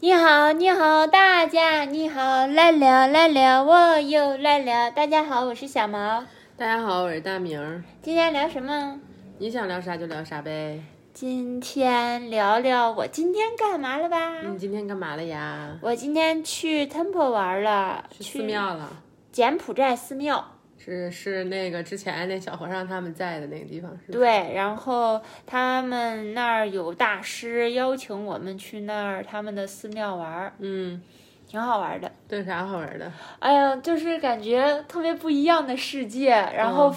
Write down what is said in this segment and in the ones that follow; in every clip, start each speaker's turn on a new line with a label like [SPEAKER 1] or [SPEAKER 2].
[SPEAKER 1] 你好，你好，大家你好，来了来了，我又来了。大家好，我是小毛。
[SPEAKER 2] 大家好，我是大明儿。
[SPEAKER 1] 今天聊什么？
[SPEAKER 2] 你想聊啥就聊啥呗。
[SPEAKER 1] 今天聊聊我今天干嘛了吧？
[SPEAKER 2] 你今天干嘛了呀？
[SPEAKER 1] 我今天去 Temple 玩了，
[SPEAKER 2] 去寺庙了，
[SPEAKER 1] 柬埔寨寺庙。
[SPEAKER 2] 是是那个之前那小和尚他们在的那个地方是吧？
[SPEAKER 1] 对，然后他们那儿有大师邀请我们去那儿他们的寺庙玩儿，
[SPEAKER 2] 嗯，
[SPEAKER 1] 挺好玩的。
[SPEAKER 2] 对，啥好玩的？
[SPEAKER 1] 哎呀，就是感觉特别不一样的世界，然后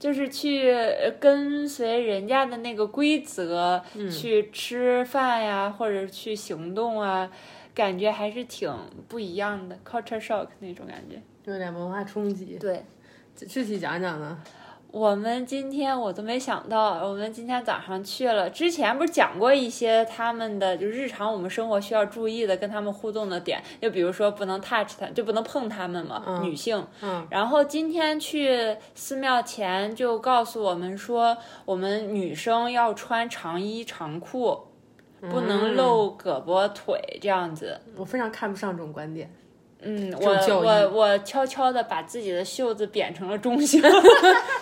[SPEAKER 1] 就是去呃跟随人家的那个规则、去吃饭呀，或者去行动啊，感觉还是挺不一样的，culture shock 那种感觉。
[SPEAKER 2] 有点文化冲击，
[SPEAKER 1] 对。
[SPEAKER 2] 具具体讲讲呢？
[SPEAKER 1] 我们今天我都没想到，我们今天早上去了。之前不是讲过一些他们的，就日常我们生活需要注意的，跟他们互动的点，就比如说不能 touch 他，就不能碰他们嘛，女性。
[SPEAKER 2] 嗯。
[SPEAKER 1] 然后今天去寺庙前就告诉我们说，我们女生要穿长衣长裤，
[SPEAKER 2] 嗯
[SPEAKER 1] 不能露胳膊腿这样子。
[SPEAKER 2] 我非常看不上这种观点。
[SPEAKER 1] 嗯，我
[SPEAKER 2] 种教育
[SPEAKER 1] 我我悄悄的把自己的袖子扁成了中 性。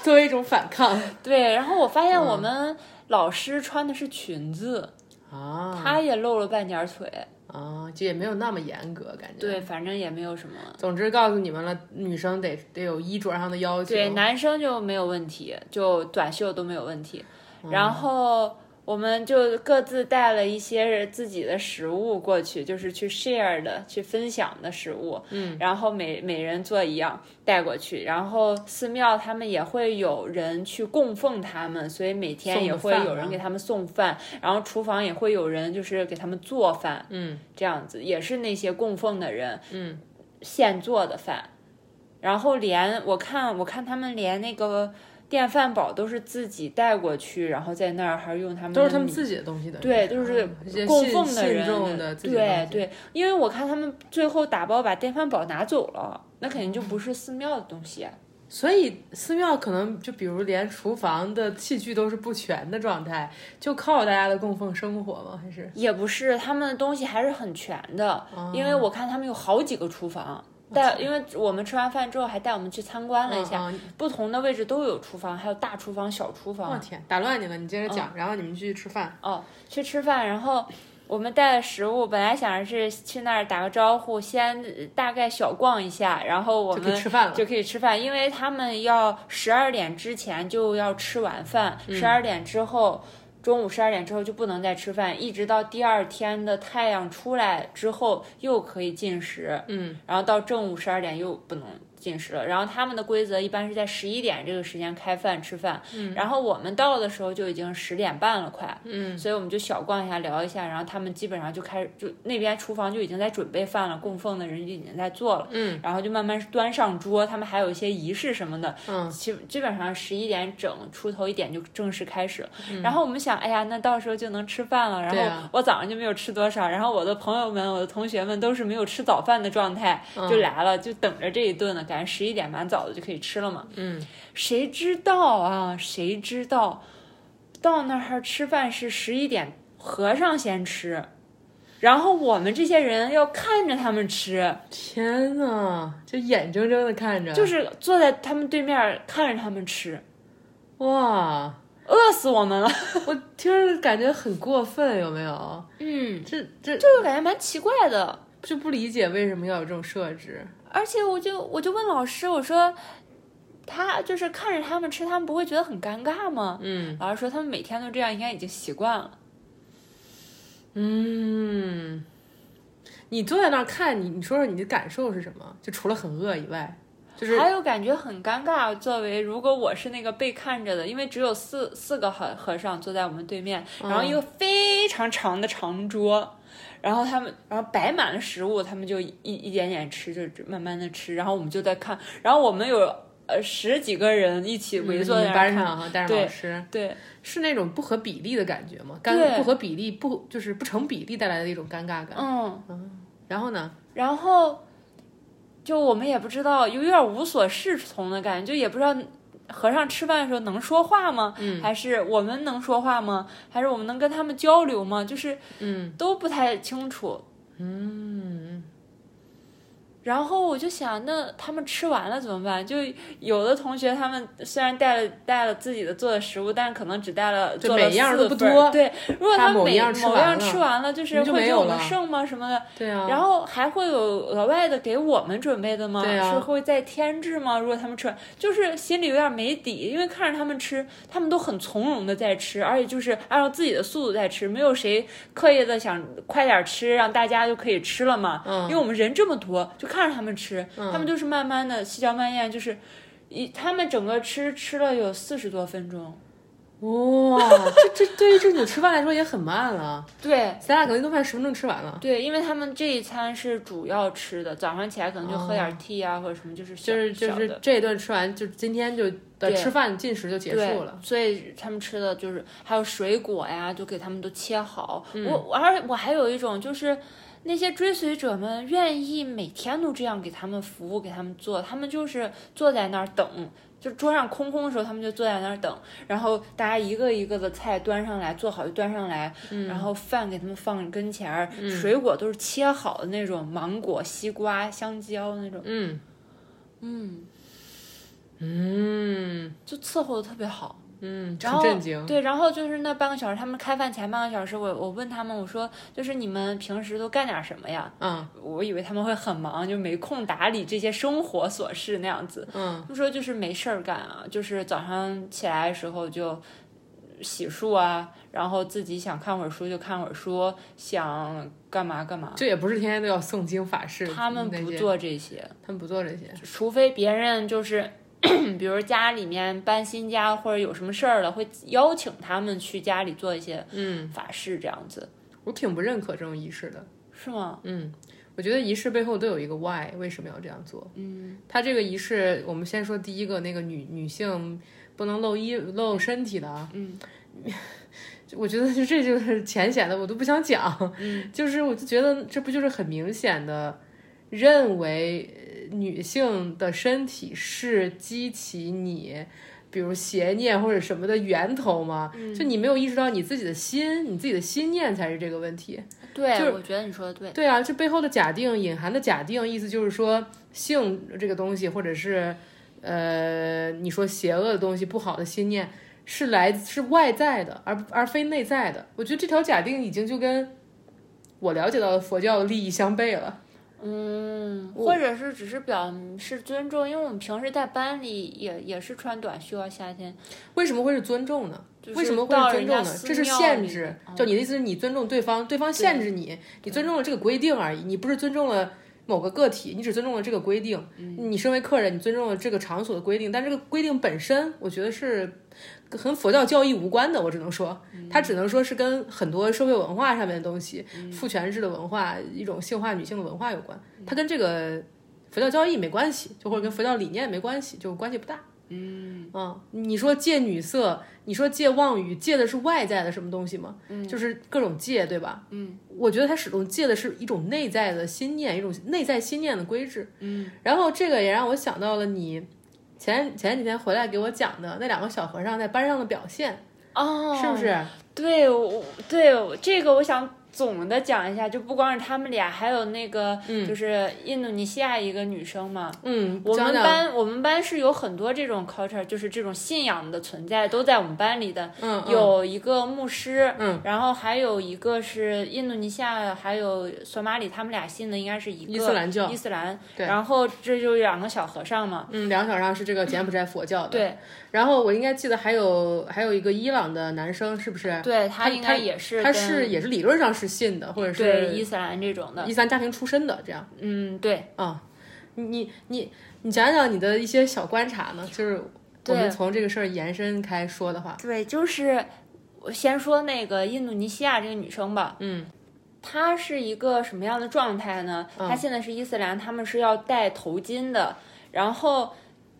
[SPEAKER 2] 作为一种反抗
[SPEAKER 1] 对，然后我发现我们老师穿的是裙子，
[SPEAKER 2] 啊
[SPEAKER 1] 她也露了半截腿。
[SPEAKER 2] 啊，就也没有那么严格，感觉。
[SPEAKER 1] 对，反正也没有什么。
[SPEAKER 2] 总之告诉你们了，女生得得有衣着上的要求。
[SPEAKER 1] 对，男生就没有问题，就短袖都没有问题。
[SPEAKER 2] 嗯
[SPEAKER 1] 然后我们就各自带了一些自己的食物过去，就是去 share 的、去分享的食物。嗯，然后每每人做一样带过去。然后寺庙他们也会有人去供奉他们，所以每天
[SPEAKER 2] 送
[SPEAKER 1] 也
[SPEAKER 2] 的
[SPEAKER 1] 会
[SPEAKER 2] 饭
[SPEAKER 1] 有
[SPEAKER 2] 吗
[SPEAKER 1] 人给他们送饭，然后厨房也会有人就是给他们做饭。
[SPEAKER 2] 嗯，
[SPEAKER 1] 这样子也是那些供奉的人，
[SPEAKER 2] 嗯，
[SPEAKER 1] 现做的饭，然后连我看我看他们连那个电饭煲都是自己带过去，然后在那儿还是用他们
[SPEAKER 2] 都是他们
[SPEAKER 1] 的米
[SPEAKER 2] 自己的东西的。
[SPEAKER 1] 对，就是
[SPEAKER 2] 一些
[SPEAKER 1] 供
[SPEAKER 2] 信
[SPEAKER 1] 奉的
[SPEAKER 2] 信
[SPEAKER 1] 人
[SPEAKER 2] 众的自己的东
[SPEAKER 1] 对
[SPEAKER 2] 西
[SPEAKER 1] 对，因为我看他们最后打包把电饭煲拿走了，那肯定就不是寺庙的东西啊、
[SPEAKER 2] 所以寺庙可能就比如连厨房的器具都是不全的状态，就靠大家的供奉生活吗？还是
[SPEAKER 1] 也不是，他们的东西还是很全的，
[SPEAKER 2] 哦
[SPEAKER 1] 因为我看他们有好几个厨房。带，因为我们吃完饭之后还带我们去参观了一下，
[SPEAKER 2] 嗯嗯
[SPEAKER 1] 不同的位置都有厨房，还有大厨房、小厨
[SPEAKER 2] 我
[SPEAKER 1] 房。
[SPEAKER 2] 哦天，打乱你了，你接
[SPEAKER 1] 嗯
[SPEAKER 2] 着讲，然后你们继续吃饭。
[SPEAKER 1] 哦，去吃饭，然后我们带了食物，本来想着是去那儿打个招呼，先呃大概小逛一下，然后我
[SPEAKER 2] 就
[SPEAKER 1] 们
[SPEAKER 2] 可以吃饭了
[SPEAKER 1] 就可以吃饭，因为他们要十二点之前就要吃晚饭，
[SPEAKER 2] 嗯
[SPEAKER 1] 十二、点之后。中午十二点之后就不能再吃饭，一直到第二天的太阳出来之后又可以进食，
[SPEAKER 2] 嗯，
[SPEAKER 1] 然后到正午十二点又不能进食了。然后他们的规则一般是在十一点这个时间开饭吃饭，嗯，然后我们到的时候就已经十点半了，快，
[SPEAKER 2] 嗯，
[SPEAKER 1] 所以我们就小逛一下，聊一下，然后他们基本上就开始就那边厨房就已经在准备饭了，供奉的人就已经在做了，
[SPEAKER 2] 嗯，
[SPEAKER 1] 然后就慢慢端上桌，他们还有一些仪式什么的，
[SPEAKER 2] 嗯
[SPEAKER 1] 基基本上十一点整出头一点就正式开始了，然后我们想，哎呀，那到时候就能吃饭了，然
[SPEAKER 2] 嗯对
[SPEAKER 1] 后
[SPEAKER 2] 啊
[SPEAKER 1] 我早上就没有吃多少，然后我的朋友们、我的同学们都是没有吃早饭的状态
[SPEAKER 2] 嗯
[SPEAKER 1] 就来了，就等着这一顿呢，感觉十一点蛮早的就可以吃了嘛，
[SPEAKER 2] 嗯，
[SPEAKER 1] 谁知道啊？谁知道到那儿吃饭是十一点，和尚先吃，然后我们这些人要看着他们吃，
[SPEAKER 2] 天呐，就眼睁睁的看着，
[SPEAKER 1] 就是坐在他们对面看着他们吃，
[SPEAKER 2] 哇，
[SPEAKER 1] 饿死我们了。
[SPEAKER 2] 我听着感觉很过分，有没有？
[SPEAKER 1] 嗯，
[SPEAKER 2] 这这
[SPEAKER 1] 这个感觉蛮奇怪的。
[SPEAKER 2] 就不理解为什么要有这种设置。
[SPEAKER 1] 而且我就我就问老师，我说他就是看着他们吃，他们不会觉得很尴尬吗？
[SPEAKER 2] 嗯
[SPEAKER 1] 老师说他们每天都这样，应该已经习惯了。
[SPEAKER 2] 嗯，你坐在那儿看你，你说说你的感受是什么？就除了很饿以外，就是
[SPEAKER 1] 还有感觉很尴尬。作为如果我是那个被看着的，因为只有四四个和和尚坐在我们对面，然后一
[SPEAKER 2] 嗯
[SPEAKER 1] 个非常长的长桌，然后他们然后摆满了食物，他们就一一点点吃，就慢慢的吃，然后我们就在看，然后我们有呃十几个人一起围坐在那儿
[SPEAKER 2] 班
[SPEAKER 1] 看，
[SPEAKER 2] 上哈，但是
[SPEAKER 1] 对
[SPEAKER 2] 老师
[SPEAKER 1] 对
[SPEAKER 2] 是那种不合比例的感觉吗？
[SPEAKER 1] 对
[SPEAKER 2] 尴不合比例不就是不成比例带来的一种尴尬感。
[SPEAKER 1] 嗯，
[SPEAKER 2] 然后呢，
[SPEAKER 1] 然后就我们也不知道，有点无所适从的感觉，就也不知道和尚吃饭的时候能说话吗？嗯，还是我们能说话吗？还是我们能跟他们交流吗？就是
[SPEAKER 2] 嗯
[SPEAKER 1] 都不太清楚。
[SPEAKER 2] 嗯，
[SPEAKER 1] 然后我就想，那他们吃完了怎么办？就有的同学他们虽然带了带了自己的做的食物，但可能只带了
[SPEAKER 2] 就
[SPEAKER 1] 做了
[SPEAKER 2] 每样都
[SPEAKER 1] 四
[SPEAKER 2] 不
[SPEAKER 1] 份儿
[SPEAKER 2] 多
[SPEAKER 1] 对，如果
[SPEAKER 2] 他
[SPEAKER 1] 他们
[SPEAKER 2] 某
[SPEAKER 1] 每
[SPEAKER 2] 样吃
[SPEAKER 1] 某
[SPEAKER 2] 完
[SPEAKER 1] 样
[SPEAKER 2] 了
[SPEAKER 1] 吃完了，就是
[SPEAKER 2] 那就
[SPEAKER 1] 会
[SPEAKER 2] 没
[SPEAKER 1] 给
[SPEAKER 2] 有
[SPEAKER 1] 我们
[SPEAKER 2] 了
[SPEAKER 1] 剩吗什么的？
[SPEAKER 2] 对啊，
[SPEAKER 1] 然后还会有额外的给我们准备的吗？
[SPEAKER 2] 对啊
[SPEAKER 1] 是会再添置吗？如果他们吃完，就是心里有点没底，因为看着他们吃，他们都很从容的在吃，而且就是按照自己的速度在吃，没有谁刻意的想快点吃，让大家就可以吃了嘛。
[SPEAKER 2] 嗯
[SPEAKER 1] 因为我们人这么多，就看着他们吃，他们就是慢慢的细嚼慢咽，就是一他们整个吃吃了有四十多分钟。
[SPEAKER 2] 哇，这这对于正经吃饭来说也很慢了，
[SPEAKER 1] 对，
[SPEAKER 2] 咱俩可能一顿饭十分钟吃完了，
[SPEAKER 1] 对，因为他们这一餐是主要吃的，早上起来可能就喝点 tea 啊，或者什么，就是小
[SPEAKER 2] 哦就是就
[SPEAKER 1] 小
[SPEAKER 2] 是
[SPEAKER 1] 的
[SPEAKER 2] 这一顿吃完，就今天就的
[SPEAKER 1] 对
[SPEAKER 2] 吃饭进食就结
[SPEAKER 1] 对
[SPEAKER 2] 束了。，
[SPEAKER 1] 所以他们吃的就是还有水果呀，就给他们都切好。
[SPEAKER 2] 嗯
[SPEAKER 1] 我我而我还有一种就是。那些追随者们愿意每天都这样给他们服务，给他们做，他们就是坐在那儿等，就桌上空空的时候，他们就坐在那儿等，然后大家一个一个的菜端上来，做好就端上来，
[SPEAKER 2] 嗯
[SPEAKER 1] 然后饭给他们放跟前儿，水果都是切好的那种，芒果、西瓜、香蕉那种，
[SPEAKER 2] 嗯
[SPEAKER 1] 嗯，
[SPEAKER 2] 嗯
[SPEAKER 1] 就伺候的特别好。
[SPEAKER 2] 嗯，
[SPEAKER 1] 然
[SPEAKER 2] 很
[SPEAKER 1] 后
[SPEAKER 2] 震惊。
[SPEAKER 1] 哦对，然后就是那半个小时，他们开饭前半个小时，我我问他们，我说就是你们平时都干点什么呀？
[SPEAKER 2] 嗯
[SPEAKER 1] 我以为他们会很忙，就没空打理这些生活琐事那样子。
[SPEAKER 2] 嗯，
[SPEAKER 1] 他们说就是没事儿干啊，就是早上起来的时候就洗漱啊，然后自己想看会儿书就看会儿书，想干嘛干嘛。
[SPEAKER 2] 这也不是天天都要诵经法事，
[SPEAKER 1] 他们
[SPEAKER 2] 那
[SPEAKER 1] 不
[SPEAKER 2] 些，
[SPEAKER 1] 做这些，
[SPEAKER 2] 他们不做这些。
[SPEAKER 1] 除非别人就是， 比如家里面搬新家或者有什么事儿了，会邀请他们去家里做一些
[SPEAKER 2] 嗯，
[SPEAKER 1] 法事这样子，
[SPEAKER 2] 我挺不认可这种仪式的。
[SPEAKER 1] 是吗？
[SPEAKER 2] 嗯，我觉得仪式背后都有一个 why，为什么要这样做？
[SPEAKER 1] 嗯
[SPEAKER 2] 他这个仪式，我们先说第一个，那个女女性不能露衣露身体的啊。
[SPEAKER 1] 嗯
[SPEAKER 2] 我觉得 就这就是浅显的，我都不想讲。
[SPEAKER 1] 嗯，
[SPEAKER 2] 就是我就觉得这不就是很明显的认为呃女性的身体是激起你。比如邪念或者什么的源头吗？
[SPEAKER 1] 嗯
[SPEAKER 2] 就你没有意识到你自己的心，你自己的心念才是这个问题。
[SPEAKER 1] 对，
[SPEAKER 2] 就是
[SPEAKER 1] 我觉得你说的对，
[SPEAKER 2] 对啊，这背后的假定，隐含的假定，意思就是说，性这个东西，或者是呃，你说邪恶的东西、不好的心念，是来自是外在的，而而非内在的。我觉得这条假定已经就跟我了解到的佛教的利益相悖了。
[SPEAKER 1] 嗯，
[SPEAKER 2] 我
[SPEAKER 1] 或者是只是表示尊重，因为我们平时在班里也也是穿短袖啊，夏天，
[SPEAKER 2] 为什么会是尊重呢？
[SPEAKER 1] 就是
[SPEAKER 2] 为什么会
[SPEAKER 1] 到
[SPEAKER 2] 是尊
[SPEAKER 1] 人家
[SPEAKER 2] 重呢？
[SPEAKER 1] 寺
[SPEAKER 2] 这是
[SPEAKER 1] 庙
[SPEAKER 2] 限
[SPEAKER 1] 里嗯
[SPEAKER 2] 制
[SPEAKER 1] 面，
[SPEAKER 2] 就你的意思是你尊重对方，对方限制你，
[SPEAKER 1] 嗯
[SPEAKER 2] 你尊重了这个规定而已，你不是尊重了某个个体，你只尊重了这个规定。
[SPEAKER 1] 嗯
[SPEAKER 2] 你身为客人，你尊重了这个场所的规定，但这个规定本身，我觉得是和佛教教义无关的。我只能说，
[SPEAKER 1] 嗯
[SPEAKER 2] 它只能说是跟很多社会文化上面的东西，
[SPEAKER 1] 嗯
[SPEAKER 2] 父权制的文化，一种性化女性的文化有关，它跟这个佛教教义没关系，就或者跟佛教理念没关系，就关系不大。嗯，你说借女色，你说借妄语，借的是外在的什么东西吗？嗯，就是各种借，对吧？嗯，我觉得他始终借的是一种内在的心念，一种内在心念的规制。嗯，然后这个也让我想到了你前前几天回来给我讲的那两个小和尚在班上的表现，
[SPEAKER 1] 哦，
[SPEAKER 2] 是不？是？
[SPEAKER 1] 对，我对我这个我想。总的讲一下，就不光是他们俩，还有那个，就是印度尼西亚一个女生嘛，
[SPEAKER 2] 嗯，
[SPEAKER 1] 我
[SPEAKER 2] 讲
[SPEAKER 1] 们
[SPEAKER 2] 讲
[SPEAKER 1] 班我们班是有很多这种 culture，就是这种信仰的存在都在我们班里的。
[SPEAKER 2] 嗯嗯
[SPEAKER 1] 有一个牧师，
[SPEAKER 2] 嗯，
[SPEAKER 1] 然后还有一个是印度尼西亚，还有索马里，他们俩信的应该是一个
[SPEAKER 2] 伊斯兰教
[SPEAKER 1] 伊斯兰。
[SPEAKER 2] 对
[SPEAKER 1] 然后这就两个小和尚嘛。
[SPEAKER 2] 嗯，两个小和尚是这个柬埔寨佛教的。
[SPEAKER 1] 对，
[SPEAKER 2] 然后我应该记得还有还有一个伊朗的男生，是不是？
[SPEAKER 1] 对
[SPEAKER 2] 他
[SPEAKER 1] 应该
[SPEAKER 2] 他
[SPEAKER 1] 也是
[SPEAKER 2] 他
[SPEAKER 1] 跟
[SPEAKER 2] 是也是理论上是信的，或者是
[SPEAKER 1] 对伊斯兰这种的，
[SPEAKER 2] 伊斯兰家庭出身的，这样
[SPEAKER 1] 嗯，对，
[SPEAKER 2] 啊、你你你你讲讲你的一些小观察呢？就是我
[SPEAKER 1] 对
[SPEAKER 2] 们从这个事儿延伸开说的话，
[SPEAKER 1] 对，就是我先说那个印度尼西亚这个女生吧，
[SPEAKER 2] 嗯
[SPEAKER 1] 她是一个什么样的状态呢？她现在是伊斯兰，他们是要戴头巾的。然后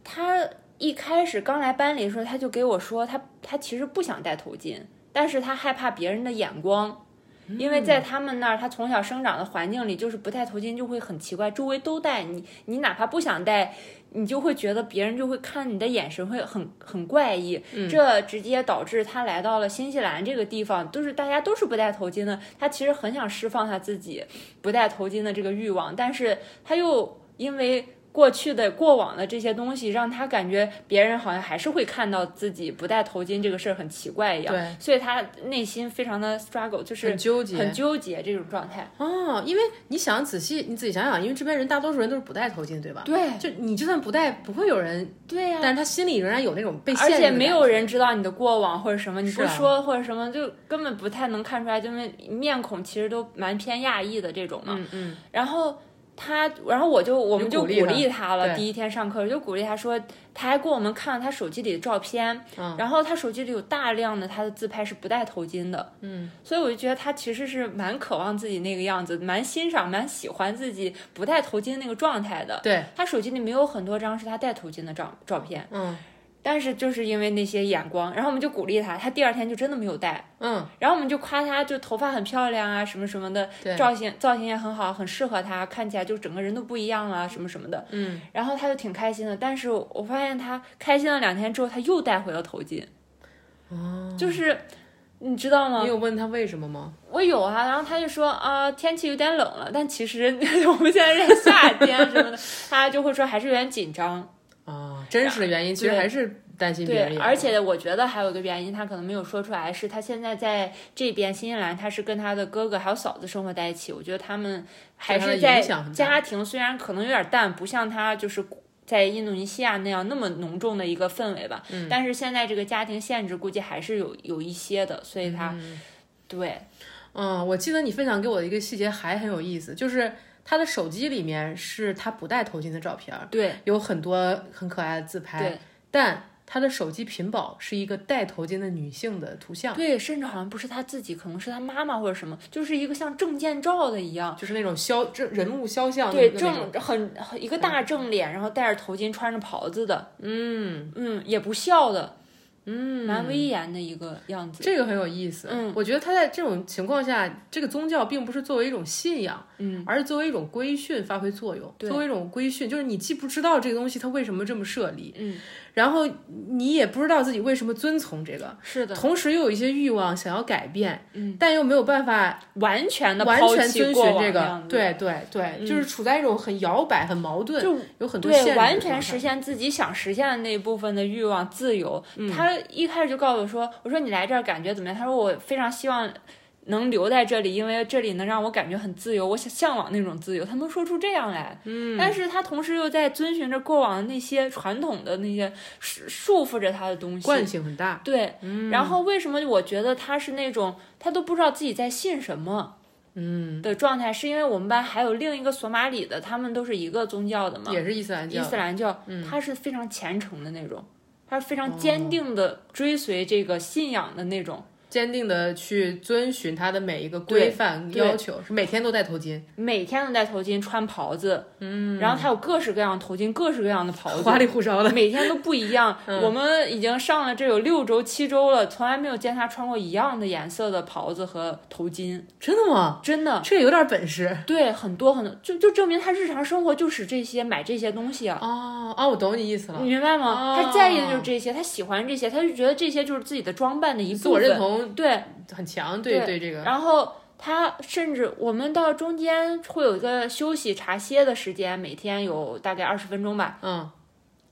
[SPEAKER 1] 她一开始刚来班里的时候，她就给我说，她她其实不想戴头巾，但是她害怕别人的眼光。因为在他们那儿，他从小生长的环境里，就是不戴头巾就会很奇怪，周围都戴你，你哪怕不想戴，你就会觉得别人就会看你的眼神会很很怪异，
[SPEAKER 2] 嗯
[SPEAKER 1] 这直接导致他来到了新西兰这个地方，都是大家都是不戴头巾的，他其实很想释放他自己不戴头巾的这个欲望，但是他又因为。过去的过往的这些东西，让他感觉别人好像还是会看到自己不戴头巾这个事儿很奇怪一样，
[SPEAKER 2] 对
[SPEAKER 1] 所以他内心非常的 struggle，就是
[SPEAKER 2] 很纠结
[SPEAKER 1] 很纠结这种状态。
[SPEAKER 2] 哦，因为你想仔细，你仔细想想，因为这边人大多数人都是不戴头巾，对吧？
[SPEAKER 1] 对
[SPEAKER 2] 就你就算不戴，不会有人，
[SPEAKER 1] 对呀、
[SPEAKER 2] 但是他心里仍然有那种被限
[SPEAKER 1] 而
[SPEAKER 2] 制的
[SPEAKER 1] 且没有
[SPEAKER 2] 感觉
[SPEAKER 1] 人知道你的过往或者什么，你不
[SPEAKER 2] 啊
[SPEAKER 1] 说或者什么，就根本不太能看出来，就是面孔其实都蛮偏亚裔的这种嘛。
[SPEAKER 2] 嗯嗯，
[SPEAKER 1] 然后他，然后我就我们就
[SPEAKER 2] 鼓
[SPEAKER 1] 鼓
[SPEAKER 2] 励他
[SPEAKER 1] 励他了。
[SPEAKER 2] 对
[SPEAKER 1] 第一天上课就鼓励他说，他还给我们看了他手机里的照片，
[SPEAKER 2] 嗯
[SPEAKER 1] 然后他手机里有大量的他的自拍是不戴头巾的，嗯，所以我就觉得他其实是蛮渴望自己那个样子，蛮欣赏、蛮喜欢自己不戴头巾那个状态的。
[SPEAKER 2] 对，
[SPEAKER 1] 他手机里没有很多张是他戴头巾的照照片，
[SPEAKER 2] 嗯
[SPEAKER 1] 但是就是因为那些眼光，然后我们就鼓励他，他第二天就真的没有戴，
[SPEAKER 2] 嗯，
[SPEAKER 1] 然后我们就夸他，就头发很漂亮啊，什么什么的
[SPEAKER 2] 对，
[SPEAKER 1] 造型造型也很好，很适合他，看起来就整个人都不一样了，什么什么的。
[SPEAKER 2] 嗯，
[SPEAKER 1] 然后他就挺开心的，但是我发现他开心了两天之后，他又戴回了头巾。哦，就是你知道吗
[SPEAKER 2] 嗯你？有问他为什么吗？
[SPEAKER 1] 我有啊，然后他就说啊、天气有点冷了，但其实 我们现在在夏天什么的，他就会说还是有点紧张。
[SPEAKER 2] 啊，真实的原因其实
[SPEAKER 1] 对
[SPEAKER 2] 还是担心别人
[SPEAKER 1] 对，
[SPEAKER 2] 眼光，
[SPEAKER 1] 而且我觉得还有一个原因，他可能没有说出来，是他现在在这边新西兰，他是跟他的哥哥还有嫂子生活在一起。我觉得他们还
[SPEAKER 2] 对
[SPEAKER 1] 是
[SPEAKER 2] 他的
[SPEAKER 1] 在
[SPEAKER 2] 影响很大
[SPEAKER 1] 家庭，虽然可能有点淡，不像他就是。在印度尼西亚那样那么浓重的一个氛围吧，
[SPEAKER 2] 嗯
[SPEAKER 1] 但是现在这个家庭限制估计还是有有一些的，所以他，对
[SPEAKER 2] 嗯，我记得你分享给我的一个细节还很有意思，就是他的手机里面是他不戴头巾的照片儿，
[SPEAKER 1] 对
[SPEAKER 2] 有很多很可爱的自拍
[SPEAKER 1] 对，
[SPEAKER 2] 但他的手机屏保是一个戴头巾的女性的图像，
[SPEAKER 1] 对，甚至好像不是他自己，可能是他妈妈或者什么，就是一个像证件照的一样，
[SPEAKER 2] 就是那种肖这人物肖像的
[SPEAKER 1] 对，
[SPEAKER 2] 那种
[SPEAKER 1] 正很很一个大正脸，然后戴着头巾，穿着袍子的，嗯嗯，也不笑的，嗯，蛮威严的一个样子。
[SPEAKER 2] 这个很有意思。嗯，我觉得他在这种情况下，这个宗教并不是作为一种信仰，嗯，而是作为一种规训发挥作用。作为一种规训，就是你既不知道这个东西它为什么这么设立，嗯，然后你也不知道自己为什么遵从这个，
[SPEAKER 1] 是的，
[SPEAKER 2] 同时又有一些欲望想要改变，嗯，但又没有办法
[SPEAKER 1] 完全的
[SPEAKER 2] 完
[SPEAKER 1] 抛
[SPEAKER 2] 全
[SPEAKER 1] 弃
[SPEAKER 2] 遵
[SPEAKER 1] 过
[SPEAKER 2] 循
[SPEAKER 1] 往
[SPEAKER 2] 这
[SPEAKER 1] 的
[SPEAKER 2] 个
[SPEAKER 1] 样，子，
[SPEAKER 2] 对对对，就是处在一种很摇摆、很矛盾，
[SPEAKER 1] 就
[SPEAKER 2] 有很多限制
[SPEAKER 1] 对，
[SPEAKER 2] 的
[SPEAKER 1] 完
[SPEAKER 2] 状态
[SPEAKER 1] 全实现自己想实现的那一部分的欲望、自由。
[SPEAKER 2] 嗯
[SPEAKER 1] 他一开始就告诉我说：“我说你来这儿感觉怎么样？”他说：“我非常希望能留在这里，因为这里能让我感觉很自由，我想向往那种自由。”他能说出这样来，嗯，但是他同时又在遵循着过往的那些传统的那些束束缚着他的东西，
[SPEAKER 2] 惯性嗯很大，
[SPEAKER 1] 对，然后为什么我觉得他是那种他都不知道自己在信什么，嗯的状态，是因为我们班还有另一个索马里的，他们都是一个宗教的嘛，
[SPEAKER 2] 也是啊伊斯兰教嗯
[SPEAKER 1] 伊，斯兰教，他是非常虔诚的那种，他是非
[SPEAKER 2] 哦
[SPEAKER 1] 常坚定的追随这个信仰的那种，
[SPEAKER 2] 坚定的去遵循它的每一个
[SPEAKER 1] 对
[SPEAKER 2] 规范
[SPEAKER 1] 对
[SPEAKER 2] 要求，是每天都戴头巾，
[SPEAKER 1] 每天都戴头巾、穿袍子，嗯，然后他有各式各样的头巾、各式各样的袍子
[SPEAKER 2] 花。里胡哨的。嗯
[SPEAKER 1] 每天都不一 样，我们已经上了这有六周、七周了，从来没有见他穿过一样的颜色的袍子和头巾，
[SPEAKER 2] 真的吗？
[SPEAKER 1] 真的。
[SPEAKER 2] 这有点 本事
[SPEAKER 1] 对，很多很多，就就证明他日常生活就是这些，买这些东西啊，
[SPEAKER 2] 哦哦，我懂你意思了
[SPEAKER 1] 你。明白吗？
[SPEAKER 2] 哦
[SPEAKER 1] 他在意的就是这些，他喜欢这些，他就觉得这些就是自己的装扮的一部分。
[SPEAKER 2] 自我认同
[SPEAKER 1] 对，
[SPEAKER 2] 很强，对
[SPEAKER 1] 对
[SPEAKER 2] 这个，
[SPEAKER 1] 然后他甚至我们到中间会有一个休息茶歇的时间，每天有大概二十分钟吧。
[SPEAKER 2] 嗯，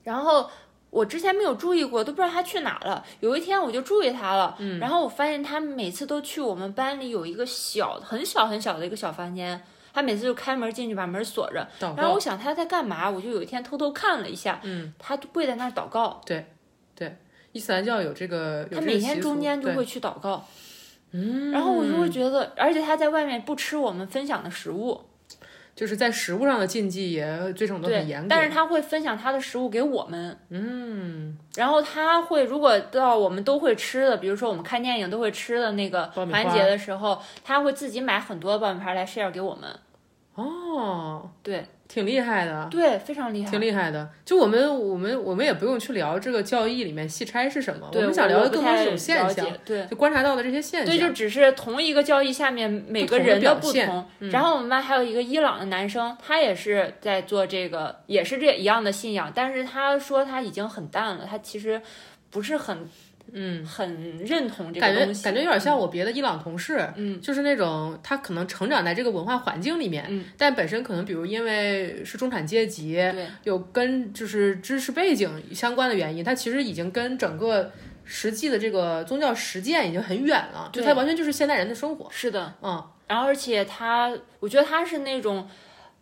[SPEAKER 1] 然后我之前没有注意过，都不知道他去哪了。有一天我就注意他了，
[SPEAKER 2] 嗯
[SPEAKER 1] 然后我发现他每次都去我们班里有一个小很小很小的一个小房间。他每次就开门进去，把门锁着，
[SPEAKER 2] 祷
[SPEAKER 1] 然后
[SPEAKER 2] 告
[SPEAKER 1] 我想他在干嘛，我就有一天偷偷看了一下，嗯，他跪在那儿祷告，
[SPEAKER 2] 伊斯兰教有这个，有
[SPEAKER 1] 他
[SPEAKER 2] 这个
[SPEAKER 1] 每
[SPEAKER 2] 习
[SPEAKER 1] 天
[SPEAKER 2] 俗
[SPEAKER 1] 中间就
[SPEAKER 2] 对
[SPEAKER 1] 会去祷告，嗯，然后我就会觉得，而且他在外面不吃我们分享的食物，
[SPEAKER 2] 就是在食物上的禁忌也追崇都很
[SPEAKER 1] 对
[SPEAKER 2] 严格，，
[SPEAKER 1] 但是他会分享他的食物给我们，嗯，然后他会如果到我们都会吃的，比如说我们看电影都会吃的那个
[SPEAKER 2] 爆米
[SPEAKER 1] 环
[SPEAKER 2] 花
[SPEAKER 1] 节的时候，他会自己买很多爆米花来 share 给我们，
[SPEAKER 2] 哦，
[SPEAKER 1] 对
[SPEAKER 2] 挺厉害的，
[SPEAKER 1] 对，非常厉害。
[SPEAKER 2] 啊挺厉害的。就我们我们我们也不用去聊这个教义里面细拆是什么，
[SPEAKER 1] 对
[SPEAKER 2] 们想聊的
[SPEAKER 1] 我不
[SPEAKER 2] 更多是
[SPEAKER 1] 太
[SPEAKER 2] 一种现
[SPEAKER 1] 了
[SPEAKER 2] 象，
[SPEAKER 1] 解对。
[SPEAKER 2] 就观察到的这些现
[SPEAKER 1] 对，
[SPEAKER 2] 象。
[SPEAKER 1] 就只是同一个教义下面每个人的不
[SPEAKER 2] 不同的表
[SPEAKER 1] 同
[SPEAKER 2] 现。嗯
[SPEAKER 1] 然后我们班还有一个伊朗的男生，他也是在做这个，也是这一样的信仰，但是他说他已经很淡了，他其实不是很
[SPEAKER 2] 嗯，
[SPEAKER 1] 很认同这
[SPEAKER 2] 感
[SPEAKER 1] 个
[SPEAKER 2] 觉
[SPEAKER 1] 东西，
[SPEAKER 2] 感觉有点像我别的伊朗同事，
[SPEAKER 1] 嗯，
[SPEAKER 2] 就是那种他可能成长在这个文化环境里面，
[SPEAKER 1] 嗯，
[SPEAKER 2] 但本身可能比如因为是中产阶级，
[SPEAKER 1] 对
[SPEAKER 2] 有跟就是知识背景相关的原因，他其实已经跟整个实际的这个宗教实践已经很远了，就
[SPEAKER 1] 对
[SPEAKER 2] 他完全就是现代人的生活，
[SPEAKER 1] 是的。
[SPEAKER 2] 嗯，
[SPEAKER 1] 然后而且他，我觉得他是那种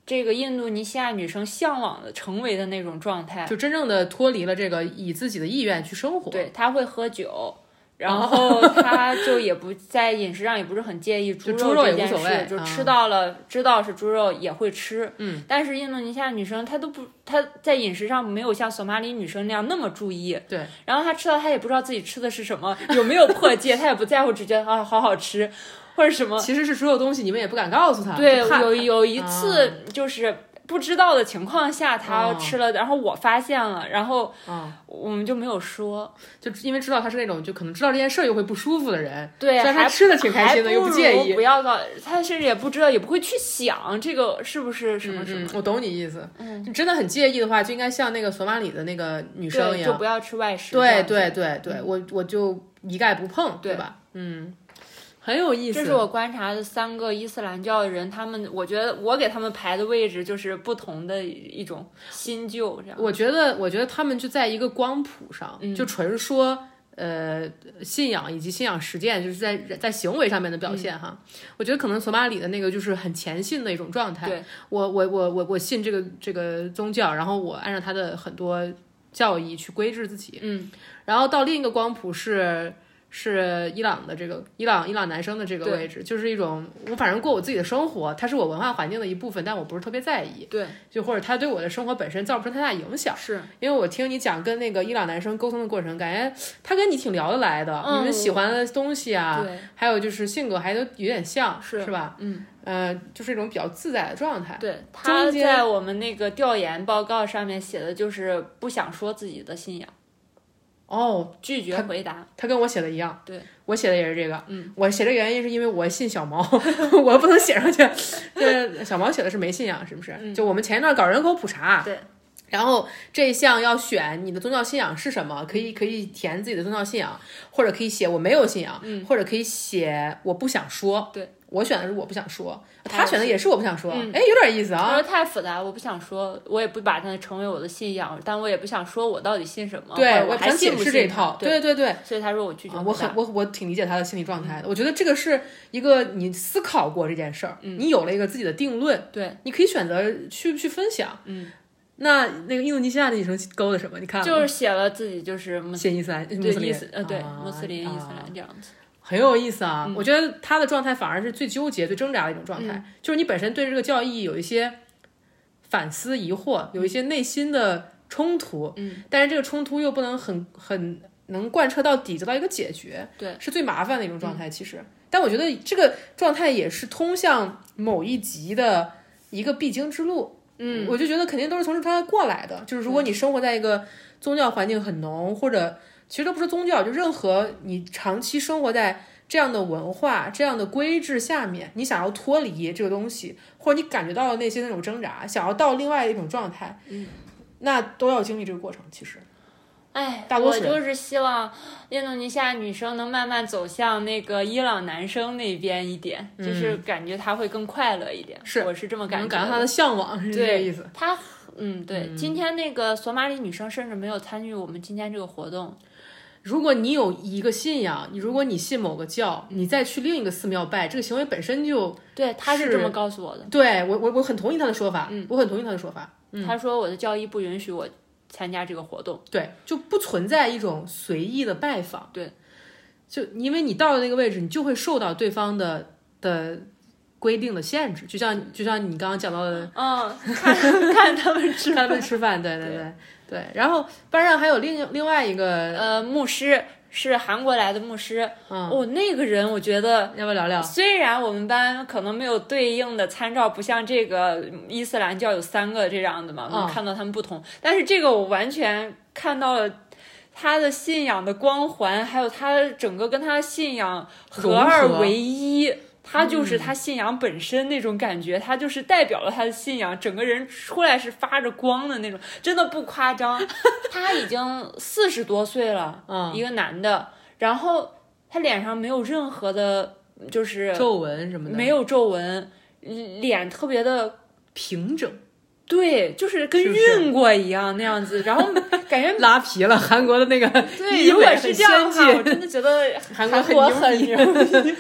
[SPEAKER 1] 这个印度尼西亚女生向往的成为的那种状态。
[SPEAKER 2] 就真正的脱离了这个以自己的意愿去生活，
[SPEAKER 1] 对，他会喝酒，然
[SPEAKER 2] 哦
[SPEAKER 1] 后他就也不在饮食上也不是很介意猪
[SPEAKER 2] 就猪肉
[SPEAKER 1] 这
[SPEAKER 2] 也
[SPEAKER 1] 件
[SPEAKER 2] 无所谓
[SPEAKER 1] 事，就
[SPEAKER 2] 啊
[SPEAKER 1] 吃到了知道是猪肉也会吃。嗯，但是印度尼西亚女生她都不，她在饮食上没有像索马里女生那样那么注意。
[SPEAKER 2] 对，
[SPEAKER 1] 然后她吃到她也不知道自己吃的是什么，有没有破戒，她也不在乎，只觉得啊好好吃，或者什么。
[SPEAKER 2] 其实是所有东西你们也不敢告诉他，
[SPEAKER 1] 对，
[SPEAKER 2] 就怕嗯
[SPEAKER 1] 有有一次就是不知道的情况下，他
[SPEAKER 2] 哦
[SPEAKER 1] 吃了，然后我发现了，然后
[SPEAKER 2] 嗯，
[SPEAKER 1] 我们就没有说，
[SPEAKER 2] 就因为知道他是那种就可能知道这件事儿又会不舒服的人，
[SPEAKER 1] 对，
[SPEAKER 2] 虽然他
[SPEAKER 1] 还
[SPEAKER 2] 吃的挺开心的，
[SPEAKER 1] 还
[SPEAKER 2] 又
[SPEAKER 1] 不
[SPEAKER 2] 介
[SPEAKER 1] 如
[SPEAKER 2] 意
[SPEAKER 1] 不。要告他，甚至也不知道，也不会去想这个是不是什么什么
[SPEAKER 2] 嗯，，我懂你意思。嗯，真的很介意的话，就应该像那个索马里的那个女生一
[SPEAKER 1] 对，就
[SPEAKER 2] 样。
[SPEAKER 1] 不要吃外食，这
[SPEAKER 2] 对
[SPEAKER 1] 样子，嗯
[SPEAKER 2] 对对对，我我就一概不碰，对吧？嗯，很有意思。
[SPEAKER 1] 这是我观察的三个伊斯兰教的人，他们我觉得我给他们排的位置就是不同的一种新旧，这样
[SPEAKER 2] 我觉得，我觉得他们就在一个光谱上，
[SPEAKER 1] 嗯
[SPEAKER 2] 就纯说呃信仰以及信仰实践，就是在在行为上面的表
[SPEAKER 1] 嗯
[SPEAKER 2] 现哈。我觉得可能索马里的那个就是很虔信的一种状态。
[SPEAKER 1] 对
[SPEAKER 2] 我我我我我信这个这个宗教，然后我按照他的很多教义去规制自己。
[SPEAKER 1] 嗯，
[SPEAKER 2] 然后到另一个光谱是。是伊朗的这个伊朗伊朗男生的这个
[SPEAKER 1] 对
[SPEAKER 2] 位置，就是一种我反正过我自己的生活，它是我文化环境的一部分，但我不是特别在意，
[SPEAKER 1] 对
[SPEAKER 2] 就或者它对我的生活本身造不成太大影响。
[SPEAKER 1] 是
[SPEAKER 2] 因为我听你讲跟那个伊朗男生沟通的过程，感觉他跟你挺聊得来的，
[SPEAKER 1] 嗯
[SPEAKER 2] 你们喜欢的东西啊，
[SPEAKER 1] 对
[SPEAKER 2] 还有就是性格还都有点像，是
[SPEAKER 1] 是
[SPEAKER 2] 吧？
[SPEAKER 1] 嗯。
[SPEAKER 2] 呃，就是一种比较自在的状态。
[SPEAKER 1] 对，他
[SPEAKER 2] 中间
[SPEAKER 1] 在我们那个调研报告上面写的就是不想说自己的信仰，
[SPEAKER 2] 哦，
[SPEAKER 1] 拒绝回答。
[SPEAKER 2] 他跟我写的一样，
[SPEAKER 1] 对
[SPEAKER 2] 我写的也是这个。
[SPEAKER 1] 嗯，
[SPEAKER 2] 我写这个原因是因为我信小毛， 我不能写上去。 对，小毛写的是没信仰，是不是？就我们前一段搞人口普查，
[SPEAKER 1] 嗯对。
[SPEAKER 2] 然后这一项要选你的宗教信仰是什么，可以可以填自己的宗教信仰，或者可以写我没有信仰，或者可以写我不想说。
[SPEAKER 1] 嗯对，
[SPEAKER 2] 我选的是我不想说，
[SPEAKER 1] 他
[SPEAKER 2] 他选的也是我不想说，
[SPEAKER 1] 嗯
[SPEAKER 2] 哎，有点意思
[SPEAKER 1] 他
[SPEAKER 2] 啊。
[SPEAKER 1] 说太复杂，我不想说，我也不把它成为我的信仰，但我也不想说我到底信什么，或
[SPEAKER 2] 对
[SPEAKER 1] 哦者我还
[SPEAKER 2] 想
[SPEAKER 1] 信
[SPEAKER 2] 解
[SPEAKER 1] 不
[SPEAKER 2] 释
[SPEAKER 1] 信
[SPEAKER 2] 这一
[SPEAKER 1] 它
[SPEAKER 2] 套，
[SPEAKER 1] 对，
[SPEAKER 2] 对对对。
[SPEAKER 1] 所以他说我拒绝
[SPEAKER 2] 啊，
[SPEAKER 1] 回
[SPEAKER 2] 我
[SPEAKER 1] 答。
[SPEAKER 2] 很我我挺理解他的心理状
[SPEAKER 1] 嗯
[SPEAKER 2] 态的。我觉得这个是一个你思考过这件事儿，
[SPEAKER 1] 嗯
[SPEAKER 2] 你有了一个自己的定论，
[SPEAKER 1] 对，
[SPEAKER 2] 你可以选择去不去分享。
[SPEAKER 1] 嗯，
[SPEAKER 2] 那那个印度尼西亚的女生勾的什么？你看了吗
[SPEAKER 1] 就是写了自己就是穆斯
[SPEAKER 2] 信伊斯兰，穆
[SPEAKER 1] 对
[SPEAKER 2] 斯林
[SPEAKER 1] 伊斯呃对
[SPEAKER 2] 啊
[SPEAKER 1] 穆斯林嗯伊斯
[SPEAKER 2] 啊
[SPEAKER 1] 兰这样子，
[SPEAKER 2] 很有意思啊！我觉得他的状态反而是最纠结、最挣扎的一种状态，
[SPEAKER 1] 嗯
[SPEAKER 2] 就是你本身对这个教义有一些反思、疑惑，有一些内心的冲突，
[SPEAKER 1] 嗯，
[SPEAKER 2] 但是这个冲突又不能很很能贯彻到底，得到一个解决，
[SPEAKER 1] 对，
[SPEAKER 2] 是最麻烦的一种状态。其实，但我觉得这个状态也是通向某一级的一个必经之路。嗯，我就觉得肯定都是从这状态过来的。就是如果你生活在一个宗教环境很浓，或者其实都不是宗教，就任何你长期生活在这样的文化、这样的规制下面，你想要脱离这个东西，或者你感觉到了内心那种挣扎，想要到另外一种状态，嗯，那都要经历这个过程。其实，
[SPEAKER 1] 哎，
[SPEAKER 2] 大多
[SPEAKER 1] 我
[SPEAKER 2] 数人
[SPEAKER 1] 就是希望印度尼西亚女生能慢慢走向那个伊朗男生那边一点，就是感觉他会更快乐一点。
[SPEAKER 2] 是
[SPEAKER 1] 我是这么觉
[SPEAKER 2] 感能
[SPEAKER 1] 的。
[SPEAKER 2] 感到他的向往是这个意思。
[SPEAKER 1] 他嗯，对，今天那个索马里女生甚至没有参与我们今天这个活动。
[SPEAKER 2] 如果你有一个信仰，你如果你信某个教，
[SPEAKER 1] 嗯
[SPEAKER 2] 你再去另一个寺庙拜，这个行为本身就
[SPEAKER 1] 对，她是这
[SPEAKER 2] 哦是
[SPEAKER 1] 么告诉我的。
[SPEAKER 2] 对我我我很同意他的说法，
[SPEAKER 1] 嗯
[SPEAKER 2] 我很同意他的说法。
[SPEAKER 1] 她说我的教义不允许我参加这个活动。
[SPEAKER 2] 对，就不存在一种随意的拜访。
[SPEAKER 1] 对，
[SPEAKER 2] 就因为你到了那个位置，你就会受到对方的的规定的限制，就像就像你刚刚讲到的，
[SPEAKER 1] 嗯，看看他们 吃
[SPEAKER 2] 看他们吃饭，对对对对。然后班上还有另另外一个
[SPEAKER 1] 呃，牧师是韩国来的牧师，
[SPEAKER 2] 嗯
[SPEAKER 1] 哦，那个人我觉得
[SPEAKER 2] 要不要聊聊？
[SPEAKER 1] 虽然我们班可能没有对应的参照，不像这个伊斯兰教有三个这样的嘛，
[SPEAKER 2] 嗯
[SPEAKER 1] 能看到他们不同，但是这个我完全看到了。他的信仰的光环，还有他整个跟他的信仰合二
[SPEAKER 2] 融合嗯
[SPEAKER 1] 为一，他就是他信仰本身那种感觉，他就是代表了他的信仰，整个人出来是发着光的那种，真的不夸 张。他已经四十多岁了，
[SPEAKER 2] 嗯
[SPEAKER 1] 一个男的，然后他脸上没有任何的，就是
[SPEAKER 2] 皱纹什么的，
[SPEAKER 1] 没有皱纹，嗯脸特别的
[SPEAKER 2] 平整，
[SPEAKER 1] 对，就是跟
[SPEAKER 2] 是不是
[SPEAKER 1] 熨过一样那样子，然 后感觉
[SPEAKER 2] 拉皮了。韩国的那个
[SPEAKER 1] 对，
[SPEAKER 2] 医
[SPEAKER 1] 如果
[SPEAKER 2] 美
[SPEAKER 1] 是
[SPEAKER 2] 很
[SPEAKER 1] 这样的
[SPEAKER 2] 先
[SPEAKER 1] 话，我
[SPEAKER 2] 进，
[SPEAKER 1] 真的觉得
[SPEAKER 2] 韩
[SPEAKER 1] 国
[SPEAKER 2] 国
[SPEAKER 1] 很
[SPEAKER 2] 很
[SPEAKER 1] 牛
[SPEAKER 2] 牛
[SPEAKER 1] 逼，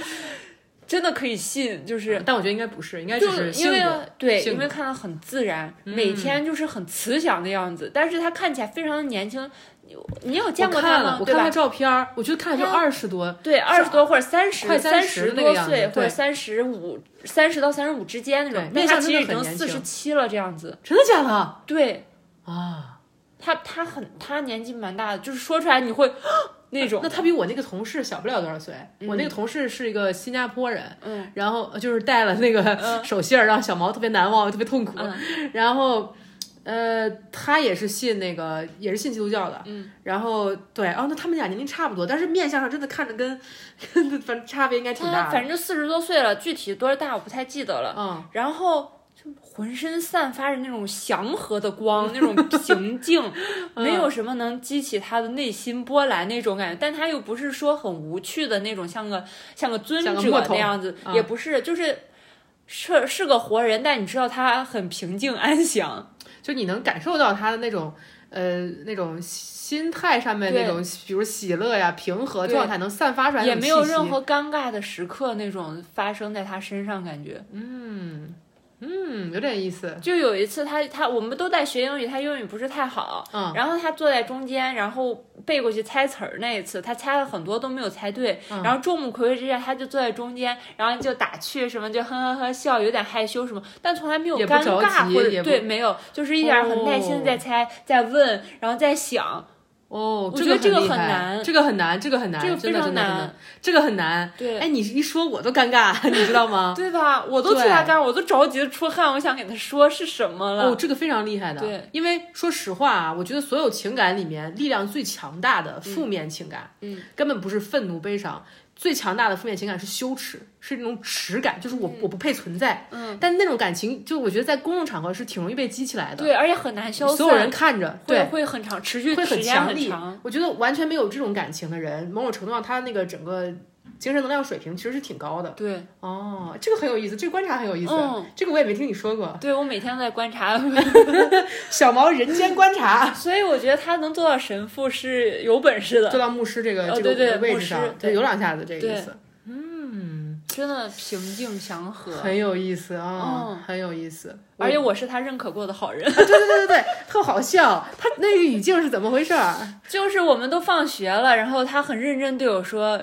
[SPEAKER 1] 真的可以信，就是。
[SPEAKER 2] 但我觉得应该不嗯是，应该只
[SPEAKER 1] 就是因为
[SPEAKER 2] 性格
[SPEAKER 1] 对，
[SPEAKER 2] 性
[SPEAKER 1] 因为看到很自然，
[SPEAKER 2] 嗯
[SPEAKER 1] 每天就是很慈祥的样子，但是他看起来非常的年轻。你你有见
[SPEAKER 2] 我
[SPEAKER 1] 过
[SPEAKER 2] 看
[SPEAKER 1] 他
[SPEAKER 2] 了
[SPEAKER 1] 吗？
[SPEAKER 2] 我
[SPEAKER 1] 对
[SPEAKER 2] 看
[SPEAKER 1] 吧
[SPEAKER 2] 他？照片儿，我就看着就
[SPEAKER 1] 他
[SPEAKER 2] 二十多，
[SPEAKER 1] 对，啊二十多或者三十，
[SPEAKER 2] 快
[SPEAKER 1] 三
[SPEAKER 2] 30那个
[SPEAKER 1] 多
[SPEAKER 2] 样子
[SPEAKER 1] 岁或者
[SPEAKER 2] 对
[SPEAKER 1] 三十五，三十到三十五之间那种
[SPEAKER 2] 对。
[SPEAKER 1] 但
[SPEAKER 2] 面
[SPEAKER 1] 他
[SPEAKER 2] 相真
[SPEAKER 1] 其
[SPEAKER 2] 的
[SPEAKER 1] 实已
[SPEAKER 2] 很
[SPEAKER 1] 经
[SPEAKER 2] 年
[SPEAKER 1] 四
[SPEAKER 2] 轻
[SPEAKER 1] 十七了，这样子。
[SPEAKER 2] 真的假的
[SPEAKER 1] 对
[SPEAKER 2] 啊？
[SPEAKER 1] 他，他很他年纪蛮大的，就是说出来你会 那种
[SPEAKER 2] 那。他比我那个同事小不了多少岁。我那个同事是一个新加坡人，
[SPEAKER 1] 嗯，
[SPEAKER 2] 然后呃就是戴了那个 手信儿，让小毛特别难忘，特别痛苦。
[SPEAKER 1] 嗯
[SPEAKER 2] 然后，呃，他也是信那个，也是信基督教的。嗯，然后对，哦，那他们俩年龄差不多，但是面相上真的看着跟， 反正差别应该挺
[SPEAKER 1] 他
[SPEAKER 2] 大的。
[SPEAKER 1] 反正就四十多岁了，具体多大我不太记得了。
[SPEAKER 2] 嗯，
[SPEAKER 1] 然后就浑身散发着那种祥和的
[SPEAKER 2] 嗯
[SPEAKER 1] 光，那种平静， 没有什么能激起他的内心波澜那种感觉。但他又不是说很无趣的那种，像个像个尊
[SPEAKER 2] 像个
[SPEAKER 1] 者
[SPEAKER 2] 木
[SPEAKER 1] 那
[SPEAKER 2] 头嗯
[SPEAKER 1] 样子，也不是，就是是是个活人，但你知道他很平静安详。
[SPEAKER 2] 就你能感受到他的那种。呃，那种心态上面那
[SPEAKER 1] 对
[SPEAKER 2] 种，比如喜乐呀、平和
[SPEAKER 1] 对
[SPEAKER 2] 状态，能散发出来那
[SPEAKER 1] 也
[SPEAKER 2] 种
[SPEAKER 1] 没有
[SPEAKER 2] 气息
[SPEAKER 1] 任何尴尬的时刻，那种发生在他身上，感觉
[SPEAKER 2] 嗯，有点意思。
[SPEAKER 1] 就有一次他他我们都在学英语，他英语不是太好，
[SPEAKER 2] 嗯
[SPEAKER 1] 然后他坐在中间，然后背过去猜词儿那一次，他猜了很多都没有猜对，
[SPEAKER 2] 嗯
[SPEAKER 1] 然后众目睽睽之下他就坐在中间，然后就打趣什么，就呵呵呵笑，有点害羞什么，但从来没有
[SPEAKER 2] 也不
[SPEAKER 1] 尴
[SPEAKER 2] 着
[SPEAKER 1] 尬
[SPEAKER 2] 急
[SPEAKER 1] 或
[SPEAKER 2] 也
[SPEAKER 1] 者
[SPEAKER 2] 不
[SPEAKER 1] 对没有，就是一点儿很耐心
[SPEAKER 2] 哦
[SPEAKER 1] 的在猜，在问，然后在想，
[SPEAKER 2] 哦，
[SPEAKER 1] 我觉得这个
[SPEAKER 2] 厉
[SPEAKER 1] 很
[SPEAKER 2] 害
[SPEAKER 1] 难
[SPEAKER 2] 这个很难，这个很难，
[SPEAKER 1] 这个非常
[SPEAKER 2] 真的真的真
[SPEAKER 1] 难
[SPEAKER 2] 的，这个很难。
[SPEAKER 1] 对
[SPEAKER 2] 哎，你一说我都尴尬， 你知道吗？
[SPEAKER 1] 对吧？我都替
[SPEAKER 2] 对
[SPEAKER 1] 他干，我都着急的出汗，我想给他说是什么了。
[SPEAKER 2] 哦，这个非常厉害
[SPEAKER 1] 嗯
[SPEAKER 2] 的。
[SPEAKER 1] 对，
[SPEAKER 2] 因为说实话啊，我觉得所有情感里面力量最强大的负面情感，
[SPEAKER 1] 嗯，
[SPEAKER 2] 根本不是愤怒、悲伤，最强大的负面情感是羞耻，是那种耻感，就是我、我不配存在。嗯，但那种感情，就我觉得在公众场合是挺容易被激起来的。
[SPEAKER 1] 对，而且很难消散，
[SPEAKER 2] 所有人看着，对
[SPEAKER 1] 会，会很长，持续
[SPEAKER 2] 会
[SPEAKER 1] 时
[SPEAKER 2] 很
[SPEAKER 1] 间
[SPEAKER 2] 强
[SPEAKER 1] 很
[SPEAKER 2] 力
[SPEAKER 1] 长。。
[SPEAKER 2] 我觉得完全没有这种感情的人，某种程度上他那个整个精神能量水平其实是挺高的。
[SPEAKER 1] 对，
[SPEAKER 2] 哦，这个很有意思，这个观察很有意思。
[SPEAKER 1] 嗯
[SPEAKER 2] 这个我也没听你说过，
[SPEAKER 1] 对我每天都在观察，
[SPEAKER 2] 小毛人间观 察。
[SPEAKER 1] 所以我觉得他能做到神父是有本事
[SPEAKER 2] 做
[SPEAKER 1] 的，
[SPEAKER 2] 到牧师这个、
[SPEAKER 1] 哦
[SPEAKER 2] 这
[SPEAKER 1] 对对
[SPEAKER 2] 个位
[SPEAKER 1] 牧
[SPEAKER 2] 置
[SPEAKER 1] 师
[SPEAKER 2] 上，
[SPEAKER 1] 对
[SPEAKER 2] 有两下子这个意
[SPEAKER 1] 对
[SPEAKER 2] 思，
[SPEAKER 1] 真的平静祥和，
[SPEAKER 2] 很有意思啊，
[SPEAKER 1] 嗯
[SPEAKER 2] 很有意思。
[SPEAKER 1] 而且我是他认可过的好人。
[SPEAKER 2] 对对对对对，特好笑。他那个语境是怎么回事儿？
[SPEAKER 1] 就是我们都放学了，然后他很认真对我说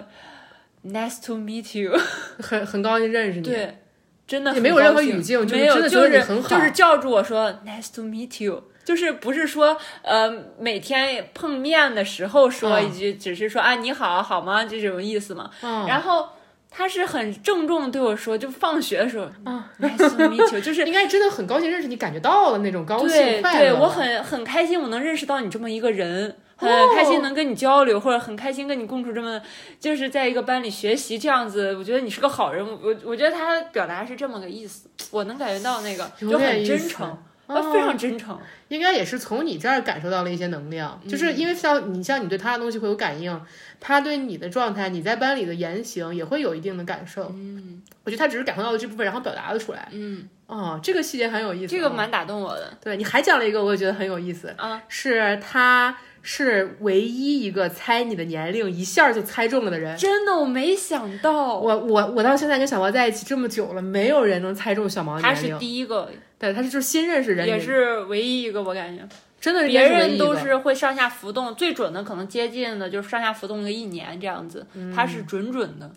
[SPEAKER 1] ，Nice to meet you。
[SPEAKER 2] 很很高兴认识你。
[SPEAKER 1] 对，真的
[SPEAKER 2] 也
[SPEAKER 1] 很
[SPEAKER 2] 没有任何
[SPEAKER 1] 高兴
[SPEAKER 2] 语境就是
[SPEAKER 1] 没有，
[SPEAKER 2] 真的
[SPEAKER 1] 就
[SPEAKER 2] 觉得
[SPEAKER 1] 是
[SPEAKER 2] 你很好
[SPEAKER 1] 就是叫住我说 Nice to meet you。就是 不是说呃每天碰面的时候说一句，只是说啊你好好吗这种意思嘛。
[SPEAKER 2] 嗯
[SPEAKER 1] 然后他是很郑重地对我说，就放学的时候
[SPEAKER 2] 嗯
[SPEAKER 1] Nice to meet you，就是
[SPEAKER 2] 应该真的很高兴认识你，感觉到了那种高
[SPEAKER 1] 对
[SPEAKER 2] 兴快乐
[SPEAKER 1] 对，
[SPEAKER 2] 了。
[SPEAKER 1] 我很很开心，我能认识到你这么一个人，很
[SPEAKER 2] 哦
[SPEAKER 1] 开心能跟你交流，或者很开心跟你共处这么，就是在一个班里学习这样子。我觉得你是个好人，我我我觉得他表达是这么个意思，我能感觉到那个
[SPEAKER 2] 有
[SPEAKER 1] 就
[SPEAKER 2] 点
[SPEAKER 1] 很
[SPEAKER 2] 意
[SPEAKER 1] 真
[SPEAKER 2] 思
[SPEAKER 1] 诚，
[SPEAKER 2] 哦
[SPEAKER 1] 呃，非常真诚。
[SPEAKER 2] 应该也是从你这儿感受到了一些能量，
[SPEAKER 1] 嗯
[SPEAKER 2] 就是因为像你像你对他的东西会有感应，他对你的状态，你在班里的言行也会有一定的感受。嗯，我觉得他只是感受到了这部分，然后表达了出来。
[SPEAKER 1] 嗯，
[SPEAKER 2] 哦，这个细节很有意思啊。
[SPEAKER 1] 这个蛮打动我的。
[SPEAKER 2] 对，你还讲了一个，我也觉得很有意思
[SPEAKER 1] 啊，
[SPEAKER 2] 是他是唯一一个猜你的年龄一下就猜中了的人。
[SPEAKER 1] 真的，我没想到
[SPEAKER 2] 我我我到现在跟小毛在一起这么久了，没有人能猜中小毛的
[SPEAKER 1] 他
[SPEAKER 2] 年
[SPEAKER 1] 是
[SPEAKER 2] 龄。
[SPEAKER 1] 第一个，
[SPEAKER 2] 对，他是就是新认识人里，
[SPEAKER 1] 也是唯一一个，我感觉
[SPEAKER 2] 真的是
[SPEAKER 1] 别
[SPEAKER 2] 认识唯一
[SPEAKER 1] 人
[SPEAKER 2] 一
[SPEAKER 1] 都
[SPEAKER 2] 个
[SPEAKER 1] 是会上下浮动，最准的可能接近的就是上下浮动个一年这样子，
[SPEAKER 2] 嗯
[SPEAKER 1] 他是准准的。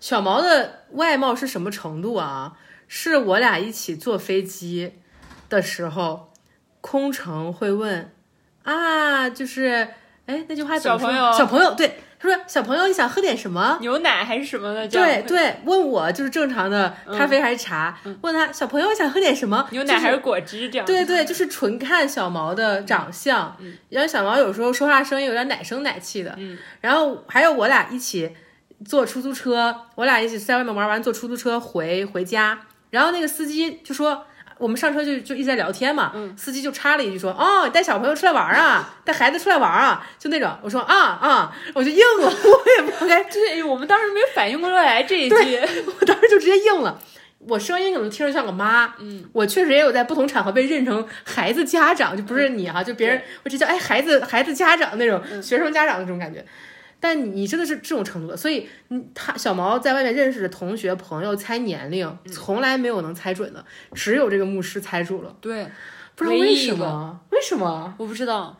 [SPEAKER 2] 小毛的外貌是什么程度啊？是我俩一起坐飞机的时候，空乘会问啊，就是哎那句话怎么说
[SPEAKER 1] 小朋友
[SPEAKER 2] 小朋友对，他说小朋友你想喝点什么？
[SPEAKER 1] 牛奶还是什么的，这
[SPEAKER 2] 对
[SPEAKER 1] 样
[SPEAKER 2] 对，问我就是正常的咖啡还是茶？问他小朋友想喝点什么？
[SPEAKER 1] 牛嗯
[SPEAKER 2] 就
[SPEAKER 1] 奶
[SPEAKER 2] 是
[SPEAKER 1] 还是果汁这样。嗯
[SPEAKER 2] 对对，就是纯看小毛的长相，然后小毛有时候说话声音有点奶声奶气的，
[SPEAKER 1] 嗯
[SPEAKER 2] 然后还有我俩一起坐出租车，我俩一起在外面玩完坐出租车回回家，然后那个司机就说。我们上车就就一直在聊天嘛，
[SPEAKER 1] 嗯
[SPEAKER 2] 司机就插了一句说：“哦，你带小朋友出来玩啊，带孩子出来玩啊，就那种。”我说：“啊啊！”我就硬了，我也不知道该
[SPEAKER 1] 哎对，我们当时没反应过来这一句。
[SPEAKER 2] 我当时就直接硬了。我声音可能听着像个妈，
[SPEAKER 1] 嗯，
[SPEAKER 2] 我确实也有在不同场合被认成孩子家长，就不是你哈、就别人我直接叫哎孩子孩子家长那种、
[SPEAKER 1] 嗯
[SPEAKER 2] 学生家长那种感觉。但你你真的是这种程度的，所以你他小毛在外面认识的同学朋友猜年龄，
[SPEAKER 1] 嗯
[SPEAKER 2] 从来没有能猜准的，只有这个牧师猜准了，
[SPEAKER 1] 对，
[SPEAKER 2] 不知道
[SPEAKER 1] 唯
[SPEAKER 2] 为
[SPEAKER 1] 一一
[SPEAKER 2] 什
[SPEAKER 1] 个
[SPEAKER 2] 么，为什么？
[SPEAKER 1] 我不知道，
[SPEAKER 2] 好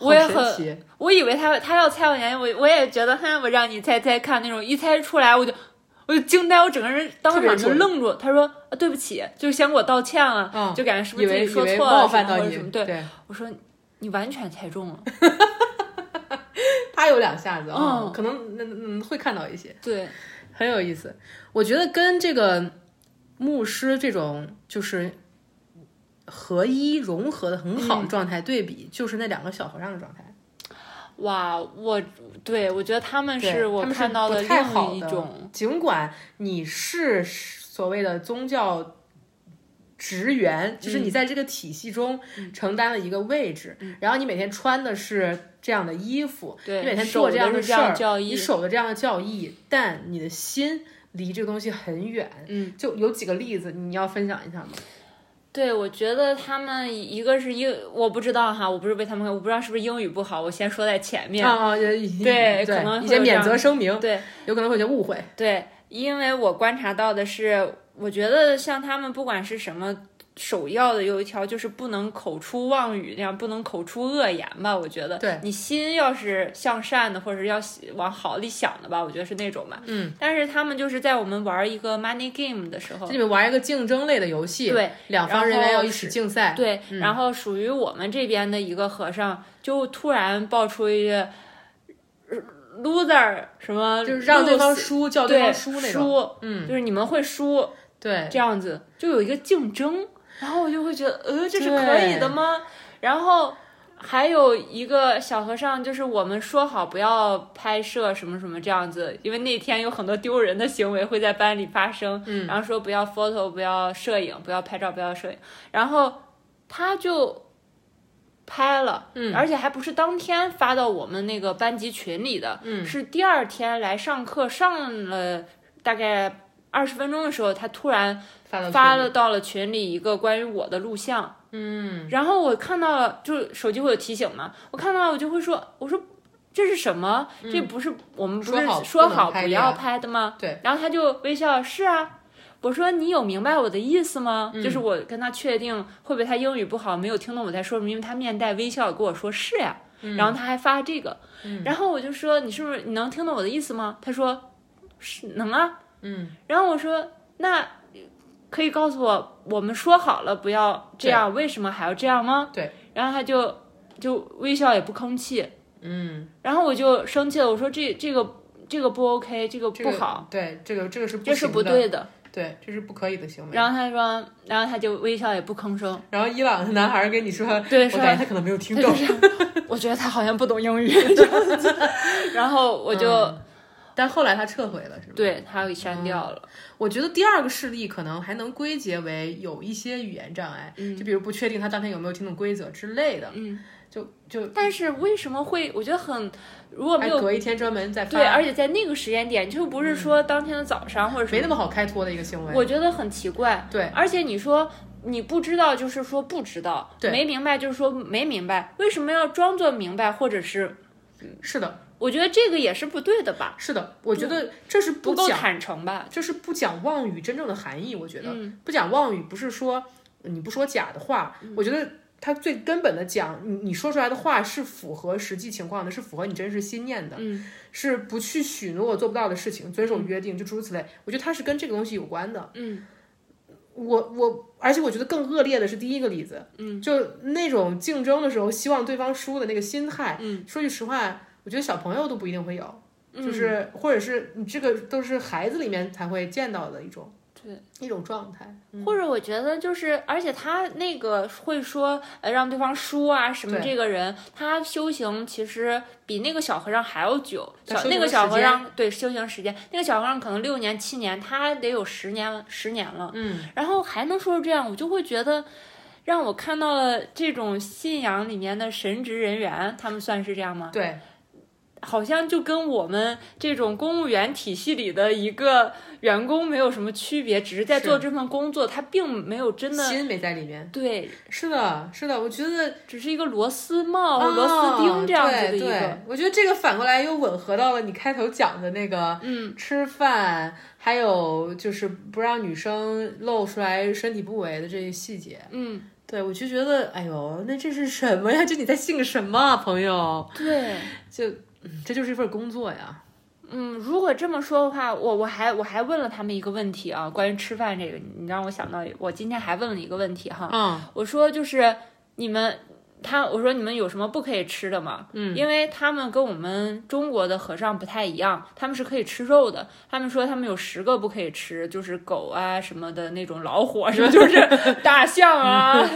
[SPEAKER 1] 我也
[SPEAKER 2] 神
[SPEAKER 1] 很
[SPEAKER 2] 奇。
[SPEAKER 1] 我以为他他要猜我年龄，我我也觉得，哼，我让你猜猜看那种，一猜出来我就我就惊呆，我整个人当场就愣住。他说、啊、对不起，就是想给我道歉了，
[SPEAKER 2] 嗯
[SPEAKER 1] 就哎感觉是不
[SPEAKER 2] 以
[SPEAKER 1] 是自
[SPEAKER 2] 为
[SPEAKER 1] 己
[SPEAKER 2] 以
[SPEAKER 1] 说
[SPEAKER 2] 为
[SPEAKER 1] 错了
[SPEAKER 2] 冒犯
[SPEAKER 1] 什么
[SPEAKER 2] 到
[SPEAKER 1] 或者
[SPEAKER 2] 你
[SPEAKER 1] 什么？，对，
[SPEAKER 2] 对
[SPEAKER 1] 我说你完全猜中了，
[SPEAKER 2] 他有两下子啊、
[SPEAKER 1] 嗯
[SPEAKER 2] 可能嗯嗯会看到一些。
[SPEAKER 1] 对，
[SPEAKER 2] 很有意思。我觉得跟这个牧师这种就是合一融合的很好的
[SPEAKER 1] 嗯
[SPEAKER 2] 状态对比，就是那两个小和尚的状态。
[SPEAKER 1] 哇，我对我觉得他们
[SPEAKER 2] 对
[SPEAKER 1] 是我
[SPEAKER 2] 他们是
[SPEAKER 1] 看到
[SPEAKER 2] 不太好
[SPEAKER 1] 另一
[SPEAKER 2] 的
[SPEAKER 1] 种，
[SPEAKER 2] 尽管你是所谓的宗教职员，就是
[SPEAKER 1] 嗯
[SPEAKER 2] 你在这个体系中承担了一个位置，然后你每天穿的是这样的衣服，
[SPEAKER 1] 对
[SPEAKER 2] 你每天
[SPEAKER 1] 守
[SPEAKER 2] 做
[SPEAKER 1] 的
[SPEAKER 2] 这样的
[SPEAKER 1] 是
[SPEAKER 2] 事
[SPEAKER 1] 这样
[SPEAKER 2] 儿，
[SPEAKER 1] 教义
[SPEAKER 2] 你守的这样的教义，但你的心离这个东西很远。
[SPEAKER 1] 嗯，
[SPEAKER 2] 就有几个例子，你要分享一下吗？
[SPEAKER 1] 对，我觉得他们一个是英，我不知道哈，我不是被他们，我不知道是不是英语不好，我先说在前面。
[SPEAKER 2] 啊啊，也
[SPEAKER 1] 对
[SPEAKER 2] 对
[SPEAKER 1] 可能会
[SPEAKER 2] 一些
[SPEAKER 1] 有这
[SPEAKER 2] 免
[SPEAKER 1] 样
[SPEAKER 2] 责声明，
[SPEAKER 1] 对
[SPEAKER 2] 有可能会有些误会。
[SPEAKER 1] 对，因为我观察到的是，我觉得像他们不管是什么。首要的有一条就是不能口出妄语，那样不能口出恶言吧？我觉得，
[SPEAKER 2] 对
[SPEAKER 1] 你心要是向善的，或者是要往好里想的吧，我觉得是那种吧。
[SPEAKER 2] 嗯，
[SPEAKER 1] 但是他们就是在我们玩一个 money game 的时候
[SPEAKER 2] 这，里面玩一个竞争类的游戏，
[SPEAKER 1] 哦对，
[SPEAKER 2] 两
[SPEAKER 1] 然
[SPEAKER 2] 方
[SPEAKER 1] 后
[SPEAKER 2] 人员要一起竞赛，
[SPEAKER 1] 对，然后属于我们这边的一个和尚，就突然爆出一句呃 “loser” 什么 lose，
[SPEAKER 2] 就是让对方输，叫对
[SPEAKER 1] 对
[SPEAKER 2] 方输那种。嗯，
[SPEAKER 1] 就是你们会输
[SPEAKER 2] 对，
[SPEAKER 1] 这样子，就有一个竞争，然后我就会觉得，呃，这是可以的吗？然后。还有一个小和尚，就是我们说好不要拍摄什么什么这样子，因为那天有很多丢人的行为会在班里发生，
[SPEAKER 2] 嗯
[SPEAKER 1] 然后说不要 photo，不要摄影，不要拍照，不要摄影，然后他就拍了，
[SPEAKER 2] 嗯
[SPEAKER 1] 而且还不是当天发到我们那个班级群里的，
[SPEAKER 2] 嗯
[SPEAKER 1] 是第二天来上课上了大概二十分钟的时候，他突然
[SPEAKER 2] 发到
[SPEAKER 1] 发
[SPEAKER 2] 群
[SPEAKER 1] 了
[SPEAKER 2] 里，
[SPEAKER 1] 到了群里一个关于我的录像，
[SPEAKER 2] 嗯，
[SPEAKER 1] 然后我看到了，就是手机会有提醒嘛，我看到了我就会说，我说这是什么？这不是我们不
[SPEAKER 2] 嗯说
[SPEAKER 1] 是
[SPEAKER 2] 好
[SPEAKER 1] 说
[SPEAKER 2] 不能
[SPEAKER 1] 好
[SPEAKER 2] 拍
[SPEAKER 1] 不
[SPEAKER 2] 的
[SPEAKER 1] 要
[SPEAKER 2] 呀
[SPEAKER 1] 拍的吗？
[SPEAKER 2] 对。
[SPEAKER 1] 然后他就微笑，是啊。我说你有明白我的意思吗？
[SPEAKER 2] 嗯
[SPEAKER 1] 就是我跟他确定会不会他英语不好没有听懂我在说什么，因为他面带微笑跟我说是呀、
[SPEAKER 2] 嗯
[SPEAKER 1] 然后他还发这个，然后我就说你是不是你能听懂我的意思吗？他说是能啊，
[SPEAKER 2] 嗯，
[SPEAKER 1] 然后我说那可以告诉我，我们说好了不要这样，为什么还要这样吗？
[SPEAKER 2] 对，
[SPEAKER 1] 然后他就就微笑也不吭气，
[SPEAKER 2] 嗯，
[SPEAKER 1] 然后我就生气了，我说这这个这个不 OK，这个
[SPEAKER 2] 这
[SPEAKER 1] 不
[SPEAKER 2] 个
[SPEAKER 1] 好，，
[SPEAKER 2] 对，这个这个是不
[SPEAKER 1] 这是
[SPEAKER 2] 行
[SPEAKER 1] 不
[SPEAKER 2] 的，
[SPEAKER 1] 对的。
[SPEAKER 2] 对，这是不可以的行为。
[SPEAKER 1] 然后他说，然后他就微笑也不吭 声，
[SPEAKER 2] 然后伊朗的男孩跟你说，
[SPEAKER 1] 对
[SPEAKER 2] 我
[SPEAKER 1] 说
[SPEAKER 2] 感觉他可能没有听
[SPEAKER 1] 他
[SPEAKER 2] 懂
[SPEAKER 1] 就， 是我觉得他好像不懂英语这样子。然后我
[SPEAKER 2] 嗯
[SPEAKER 1] 就、
[SPEAKER 2] 但后来他撤回了，是吗？
[SPEAKER 1] 对他给删
[SPEAKER 2] 嗯
[SPEAKER 1] 掉了。
[SPEAKER 2] 我觉得第二个事例可能还能归结为有一些语言障碍，就比如不确定他当天有没有听懂规则之类的，
[SPEAKER 1] 嗯，
[SPEAKER 2] 就就
[SPEAKER 1] 但是为什么会？我觉得很，如果没
[SPEAKER 2] 还
[SPEAKER 1] 有
[SPEAKER 2] 隔一天专门再发，嗯
[SPEAKER 1] 对，而且在那个时间点，就不是说当天的早上或者什
[SPEAKER 2] 没
[SPEAKER 1] 么，
[SPEAKER 2] 那么好开脱的一个行为。
[SPEAKER 1] 我觉得很奇怪。
[SPEAKER 2] 对，
[SPEAKER 1] 而且你说。你不知道就是说不知道，
[SPEAKER 2] 对
[SPEAKER 1] 没明白就是说没明白，为什么要装作明白？或者是嗯
[SPEAKER 2] 是的，
[SPEAKER 1] 我觉得这个也是不对的吧，
[SPEAKER 2] 是的，我觉得这是
[SPEAKER 1] 不
[SPEAKER 2] 不
[SPEAKER 1] 够
[SPEAKER 2] 讲，
[SPEAKER 1] 坦诚吧？
[SPEAKER 2] 这是不讲妄语真正的含义。我觉得、
[SPEAKER 1] 嗯
[SPEAKER 2] 不讲妄语不是说你不说假的话，我觉得它最根本的讲，你你说出来的话是符合实际情况的，是符合你真实心念的，
[SPEAKER 1] 嗯
[SPEAKER 2] 是不去许诺做不到的事情，遵守约定，就诸如此类。我觉得它是跟这个东西有关的。
[SPEAKER 1] 嗯，
[SPEAKER 2] 我我，而且我觉得更恶劣的是第一个例子，嗯，就那种竞争的时候希望对方输的那个心态，嗯，说句实话，我觉得小朋友都不一定会有，就是或者是你这个都是孩子里面才会见到的一种
[SPEAKER 1] 对
[SPEAKER 2] 一种状态。
[SPEAKER 1] 或者我觉得就是，而且他那个会说，呃，让对方输啊什么。
[SPEAKER 2] 对
[SPEAKER 1] 这个人他修行其实比那个小和尚还要久，
[SPEAKER 2] 他
[SPEAKER 1] 小
[SPEAKER 2] 修
[SPEAKER 1] 那
[SPEAKER 2] 行
[SPEAKER 1] 个
[SPEAKER 2] 时
[SPEAKER 1] 小和
[SPEAKER 2] 间
[SPEAKER 1] 尚对修行时间，那个小和尚可能六年七年，他得有十年了十年了。
[SPEAKER 2] 嗯，
[SPEAKER 1] 然后还能说是这样，我就会觉得。让我看到了这种信仰里面的神职人员，他们算是这样吗？
[SPEAKER 2] 对，
[SPEAKER 1] 好像就跟我们这种公务员体系里的一个员工没有什么区别，只是在
[SPEAKER 2] 是
[SPEAKER 1] 做这份工作，他并没有真的
[SPEAKER 2] 心没在里面。
[SPEAKER 1] 对，
[SPEAKER 2] 是的，是的，我觉得
[SPEAKER 1] 只是一个螺丝帽、
[SPEAKER 2] 啊
[SPEAKER 1] 螺丝钉这样子的
[SPEAKER 2] 对
[SPEAKER 1] 一个
[SPEAKER 2] 对。我觉得这个反过来又吻合到了你开头讲的那个，嗯，吃饭，还有就是不让女生露出来身体部位的这些细节。
[SPEAKER 1] 嗯，
[SPEAKER 2] 对，我就觉得，哎呦，那这是什么呀？这你在信什么啊，朋友？
[SPEAKER 1] 对，
[SPEAKER 2] 就、嗯这就是一份工作呀。
[SPEAKER 1] 嗯，如果这么说的话，我我还我还问了他们一个问题啊，关于吃饭这个，你让我想到我今天还问了一个问题哈，
[SPEAKER 2] 嗯，
[SPEAKER 1] 我说就是你们。他我说你们有什么不可以吃的吗？嗯，因为他们跟我们中国的和尚不太一样，他们是可以吃肉的。他们说他们有十个不可以吃，就是狗啊什么的那种老虎啊什 么，就是大象啊，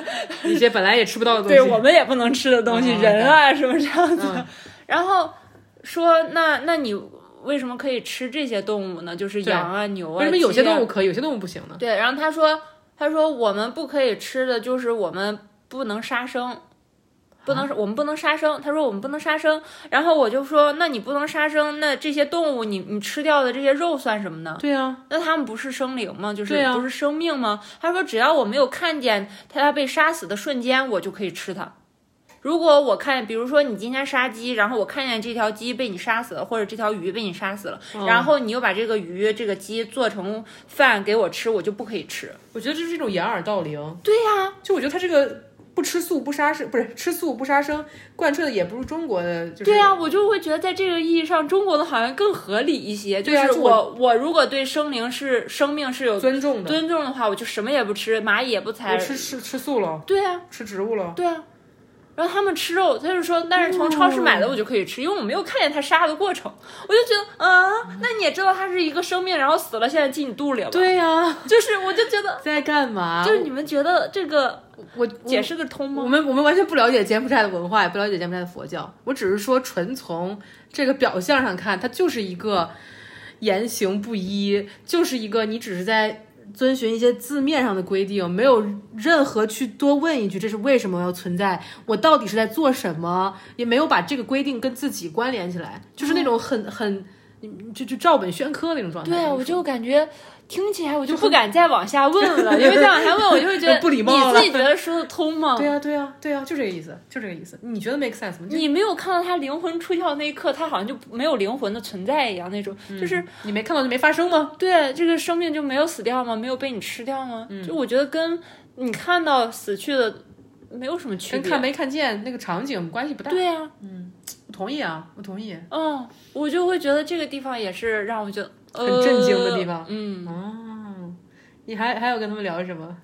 [SPEAKER 2] 一些本来也吃不到嗯的东西。
[SPEAKER 1] 对我们也不能吃的东西，
[SPEAKER 2] 嗯
[SPEAKER 1] 人啊什么这样子。
[SPEAKER 2] 嗯
[SPEAKER 1] 然后说，那那你为什么可以吃这些动物呢？就是
[SPEAKER 2] 对
[SPEAKER 1] 羊啊、牛啊。
[SPEAKER 2] 为什么有些
[SPEAKER 1] 鸡啊
[SPEAKER 2] 动物可以，有些动物不行呢？
[SPEAKER 1] 对，然后他说，他说我们不可以吃的就是我们不能杀生，不能、我们不能杀生。他说我们不能杀生，然后我就说，那你不能杀生，那这些动物你你吃掉的这些肉算什么呢？
[SPEAKER 2] 对呀、
[SPEAKER 1] 那他们不是生灵吗？就是
[SPEAKER 2] 对啊
[SPEAKER 1] 不是生命吗？他说只要我没有看见它被杀死的瞬间，我就可以吃它。如果我看，比如说你今天杀鸡，然后我看见这条鸡被你杀死了，或者这条鱼被你杀死了，然后你又把这个鱼、这个鸡做成饭给我吃，我就不可以吃。
[SPEAKER 2] 我觉得这是一种掩耳盗铃。
[SPEAKER 1] 对呀、
[SPEAKER 2] 就我觉得他这个不吃素不杀生，不是吃素不杀生，贯彻的也不是中国的，就是
[SPEAKER 1] 对呀、我就会觉得在这个意义上，中国的好像更合理一些。就
[SPEAKER 2] 对啊
[SPEAKER 1] 是
[SPEAKER 2] 就
[SPEAKER 1] 我我如果对生灵是生命是有
[SPEAKER 2] 尊重的。
[SPEAKER 1] 尊重的话，我就什么也不吃，蚂蚁也不
[SPEAKER 2] 我
[SPEAKER 1] 踩。
[SPEAKER 2] 吃吃吃素了，
[SPEAKER 1] 对呀、
[SPEAKER 2] 吃植物了。
[SPEAKER 1] 对啊，然后他们吃肉，他就说，但是从超市
[SPEAKER 2] 哦
[SPEAKER 1] 买的我就可以吃，因为我没有看见他杀的过程，我就觉得，啊，那你也知道它是一个生命，然后死了，现在进你肚里了吧，
[SPEAKER 2] 对呀、
[SPEAKER 1] 就是我就觉得，
[SPEAKER 2] 在干嘛？
[SPEAKER 1] 就是你们觉得这个
[SPEAKER 2] 我
[SPEAKER 1] 解释的通
[SPEAKER 2] 我
[SPEAKER 1] 吗？
[SPEAKER 2] 们我们完全不了解柬埔寨的文化，也不了解柬埔寨的佛教。我只是说，纯从这个表象上看，它就是一个言行不一，就是一个你只是在遵循一些字面上的规定，没有任何去多问一句这是为什么要存在，我到底是在做什么，也没有把这个规定跟自己关联起来，就是那 种很很你就就照本宣科那种状态。
[SPEAKER 1] 对啊，我就感觉。听起来我就不敢再往下问 了，因为再往下问我就会觉得
[SPEAKER 2] 不礼貌
[SPEAKER 1] 你
[SPEAKER 2] 了
[SPEAKER 1] 自己觉得说得通吗？
[SPEAKER 2] 对呀、啊对呀、对呀、就这个意思，就这个意思。你觉得 make sense 吗？就
[SPEAKER 1] 你没有看到他灵魂出窍那一刻，他好像就没有灵魂的存在一样那种，就是
[SPEAKER 2] 你没看到就没发生吗？
[SPEAKER 1] 哦对，这个生命就没有死掉吗？没有被你吃掉吗？
[SPEAKER 2] 嗯
[SPEAKER 1] 就我觉得跟你看到死去的没有什么区
[SPEAKER 2] 跟
[SPEAKER 1] 别。
[SPEAKER 2] 看没看见那个场景关系不大。
[SPEAKER 1] 对呀、啊，
[SPEAKER 2] 我同意啊，我同意。
[SPEAKER 1] 嗯，我就会觉得这个地方也是让我觉得、呃、
[SPEAKER 2] 很震惊的地方
[SPEAKER 1] 嗯，
[SPEAKER 2] 哦你还还有跟他们聊什么？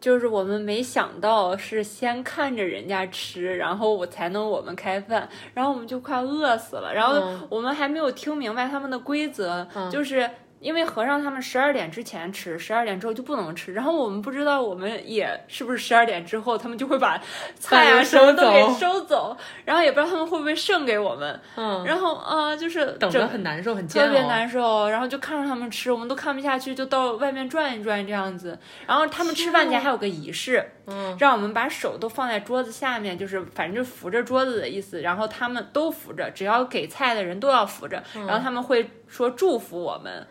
[SPEAKER 1] 就是我们没想到是先看着人家吃，然后我才能我们开饭，然后我们就快饿死了，然后
[SPEAKER 2] 嗯
[SPEAKER 1] 我们还没有听明白他们的规则，就是。因为和尚他们十二点之前吃，十二点之后就不能吃。然后我们不知道，我们也是不是十二点之后，他们就会 把菜啊
[SPEAKER 2] 饭
[SPEAKER 1] 什
[SPEAKER 2] 收
[SPEAKER 1] 么都给
[SPEAKER 2] 走
[SPEAKER 1] 收走，然后也不知道他们会不会剩给我们。
[SPEAKER 2] 嗯，
[SPEAKER 1] 然后啊、呃就是
[SPEAKER 2] 等
[SPEAKER 1] 整
[SPEAKER 2] 着很难受，很煎
[SPEAKER 1] 特
[SPEAKER 2] 熬。
[SPEAKER 1] 别难受，然后就看着他们吃，我们都看不下去，就到外面转一转这样子。然后他们吃饭前还有个仪式，
[SPEAKER 2] 嗯，
[SPEAKER 1] 让我们把手都放在桌子下面，就是反正就扶着桌子的意思。然后他们都扶着，只要给菜的人都要扶着。然后他们会说祝福我们。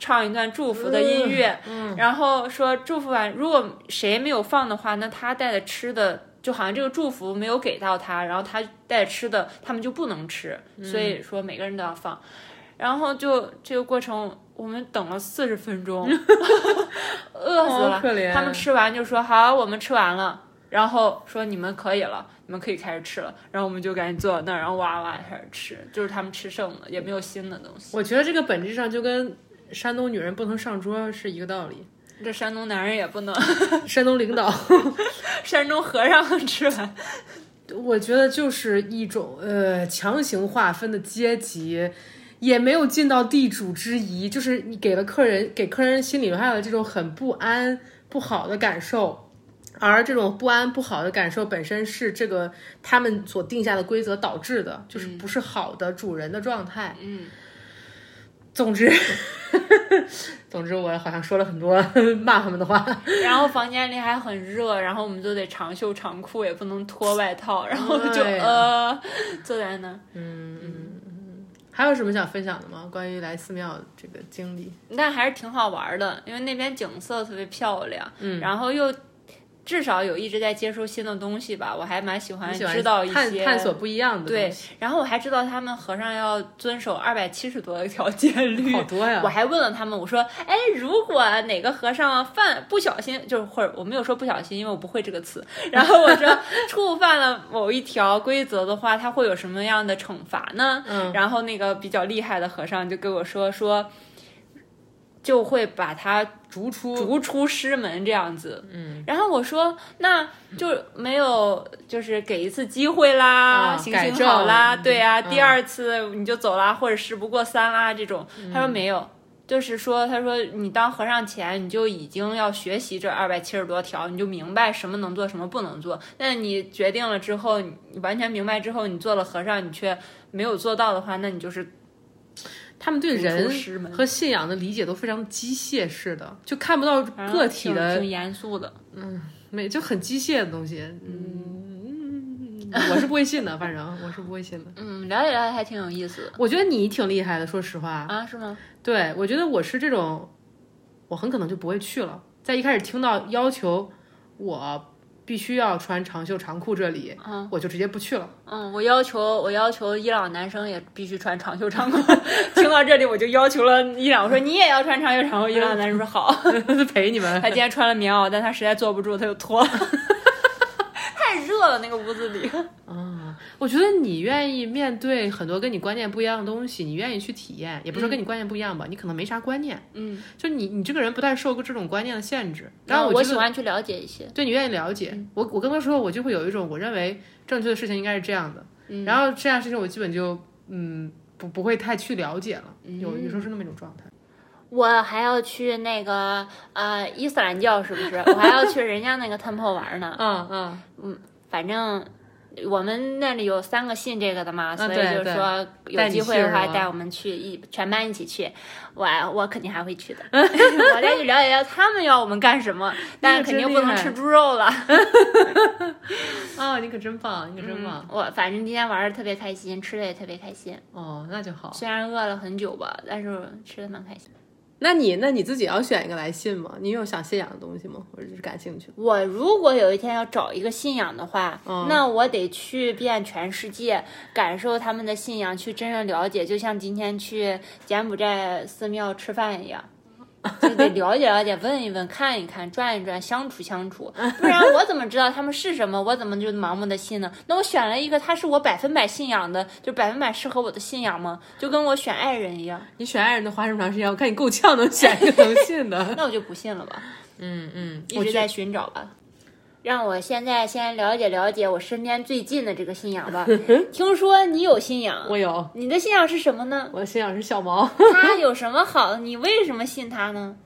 [SPEAKER 1] 唱一段祝福的音乐，嗯然后说祝福完，如果谁没有放的话，那他带的吃的就好像这个祝福没有给到他，然后他带的吃的他们就不能吃，所以说每个人都要放。然后就这个过程，我们等了四十分 钟，饿死了。
[SPEAKER 2] 好可怜
[SPEAKER 1] 他们吃完就说好，我们吃完了，然后说你们可以了，你们可以开始吃了。然后我们就赶紧坐在那儿，然后哇哇开始吃，就是他们吃剩的，也没有新的东西。
[SPEAKER 2] 我觉得这个本质上就跟山东女人不能上桌是一个道理。
[SPEAKER 1] 这山东男人也不能，
[SPEAKER 2] 山东领导，
[SPEAKER 1] 山东和尚吃 完，
[SPEAKER 2] 我觉得就是一种呃强行划分的阶级。也没有尽到地主之谊，就是你给了客人，给客人心里留下了这种很不安、不好的感受，而这种不安、不好的感受本身是这个他们所定下的规则导致的，就是不是好的主人的状态。
[SPEAKER 1] 嗯，
[SPEAKER 2] 总之， 总之，我好像说了很多 骂他们的话。
[SPEAKER 1] 然后房间里还很热，然后我们就得长袖长裤，也不能脱外套，然后就
[SPEAKER 2] 哎呀
[SPEAKER 1] 呃坐在那儿。
[SPEAKER 2] 还有什么想分享的吗？关于来寺庙这个经历？
[SPEAKER 1] 但还是挺好玩的，因为那边景色特别漂亮，嗯，然后又至少有一直在接收新的东西吧，我还蛮喜欢
[SPEAKER 2] 你喜欢
[SPEAKER 1] 知道一
[SPEAKER 2] 探
[SPEAKER 1] 些
[SPEAKER 2] 探索不一样的东
[SPEAKER 1] 对
[SPEAKER 2] 西，，
[SPEAKER 1] 然后我还知道他们和尚要遵守二百七十多条戒律，
[SPEAKER 2] 好多呀
[SPEAKER 1] 我还问了他们，我说：“哎，如果哪个和尚犯不小心，就是或者我没有说不小心，因为我不会这个词。 然后我说触犯了某一条规则的话，他会有什么样的惩罚呢？”
[SPEAKER 2] 嗯
[SPEAKER 1] 然后那个比较厉害的和尚就跟我说说，就会把他
[SPEAKER 2] 逐出
[SPEAKER 1] 逐出师门这样子。嗯，然后我说那就没有，就是给一次机会啦，
[SPEAKER 2] 啊
[SPEAKER 1] 行
[SPEAKER 2] 改
[SPEAKER 1] 行好啦，
[SPEAKER 2] 正
[SPEAKER 1] 对呀、
[SPEAKER 2] 嗯
[SPEAKER 1] 第二次你就走啦，或者事不过三啦这种。
[SPEAKER 2] 嗯
[SPEAKER 1] 他说没有。就是说，他说你当和尚前，你就已经要学习这二百七十多条，你就明白什么能做，什么不能做。那你决定了之后，你完全明白之后，你做了和尚，你却没有做到的话，那你就是
[SPEAKER 2] 他们对
[SPEAKER 1] 逐出
[SPEAKER 2] 人
[SPEAKER 1] 师门
[SPEAKER 2] 和信仰的理解都非常机械式的，就看不到
[SPEAKER 1] 反
[SPEAKER 2] 个
[SPEAKER 1] 正
[SPEAKER 2] 体
[SPEAKER 1] 挺
[SPEAKER 2] 的
[SPEAKER 1] 啊挺严肃的。
[SPEAKER 2] 美，就很机械的东西。嗯，我是不会信的，反正我是不会信的。
[SPEAKER 1] 嗯，聊一聊还挺有意思的
[SPEAKER 2] 我觉得你挺厉害的，说实话。
[SPEAKER 1] 啊，是吗？
[SPEAKER 2] 对，我觉得我是这种，我很可能就不会去了。在一开始听到要求我必须要穿长袖长裤这里，我就直接不去了。
[SPEAKER 1] 嗯，我要求我要求伊朗男生也必须穿长袖长裤。 听到这里，我就要求了伊朗，我说你也要穿长袖长裤。伊朗男生说好，
[SPEAKER 2] 陪你们
[SPEAKER 1] 他今天穿了棉袄，但他实在坐不住，他就脱了。 太热了，那个屋子里。
[SPEAKER 2] 啊，我觉得你愿意面对很多跟你观念不一样的东西，你愿意去体验，也不是说跟你观念不一样吧，你可能没啥观念，
[SPEAKER 1] 嗯，
[SPEAKER 2] 就你你这个人不太受过这种观念的限制。嗯
[SPEAKER 1] 然
[SPEAKER 2] 然后
[SPEAKER 1] 后
[SPEAKER 2] 我嗯
[SPEAKER 1] 我
[SPEAKER 2] 觉
[SPEAKER 1] 喜
[SPEAKER 2] 得
[SPEAKER 1] 欢去了解一些。
[SPEAKER 2] 对你愿意了解。我我更多时候我就会有一种我认为正确的事情应该是这样的，然后这样的事情我基本就嗯不不会太去了解了，有有时候是那么一种状态。
[SPEAKER 1] 我还要去那个呃伊斯兰教，是不是？我还要去人家那个 temple 玩呢。
[SPEAKER 2] 嗯嗯，
[SPEAKER 1] 反正我们那里有三个信这个的嘛，所以
[SPEAKER 2] 啊对
[SPEAKER 1] 就是
[SPEAKER 2] 对
[SPEAKER 1] 说有
[SPEAKER 2] 带你
[SPEAKER 1] 机会的话
[SPEAKER 2] 去是吧
[SPEAKER 1] 带我们去一全班一起去，我我肯定还会 去的。我再去了解了解他们要我们干什么，但肯定不能吃猪肉了。
[SPEAKER 2] 哦，你可真棒，你可真棒。
[SPEAKER 1] 嗯我反正今天玩的特别开心，吃的也特别开心，
[SPEAKER 2] 哦，那就好。
[SPEAKER 1] 虽然饿了很久吧，但是吃的蛮开心。
[SPEAKER 2] 那你那你自己要选一个来信吗？你有想信仰的东西吗？或者是感兴趣的？
[SPEAKER 1] 我如果有一天要找一个信仰的话，那我得去遍全世界，感受他们的信仰，去真正了解，就像今天去柬埔寨寺庙吃饭一样。就得了解了解，问一问，看一看，转一转，相处相处，不然我怎么知道他们是什么？我怎么就盲目的信呢？那我选了一个他是我百分百信仰的，就百分百适合我的信仰吗？就跟我选爱人一样，
[SPEAKER 2] 你选爱人都花这么长时间，我看你够呛能选一个能信的。
[SPEAKER 1] 那我就不信了吧。
[SPEAKER 2] 嗯嗯，
[SPEAKER 1] 一直在寻找吧。让我现在先了解了解我身边最近的这个信仰 吧。听说你有信仰，
[SPEAKER 2] 我有，
[SPEAKER 1] 你的信仰是什么 呢？
[SPEAKER 2] 我的信仰是小毛，
[SPEAKER 1] 他有什么好？你为什么信他呢？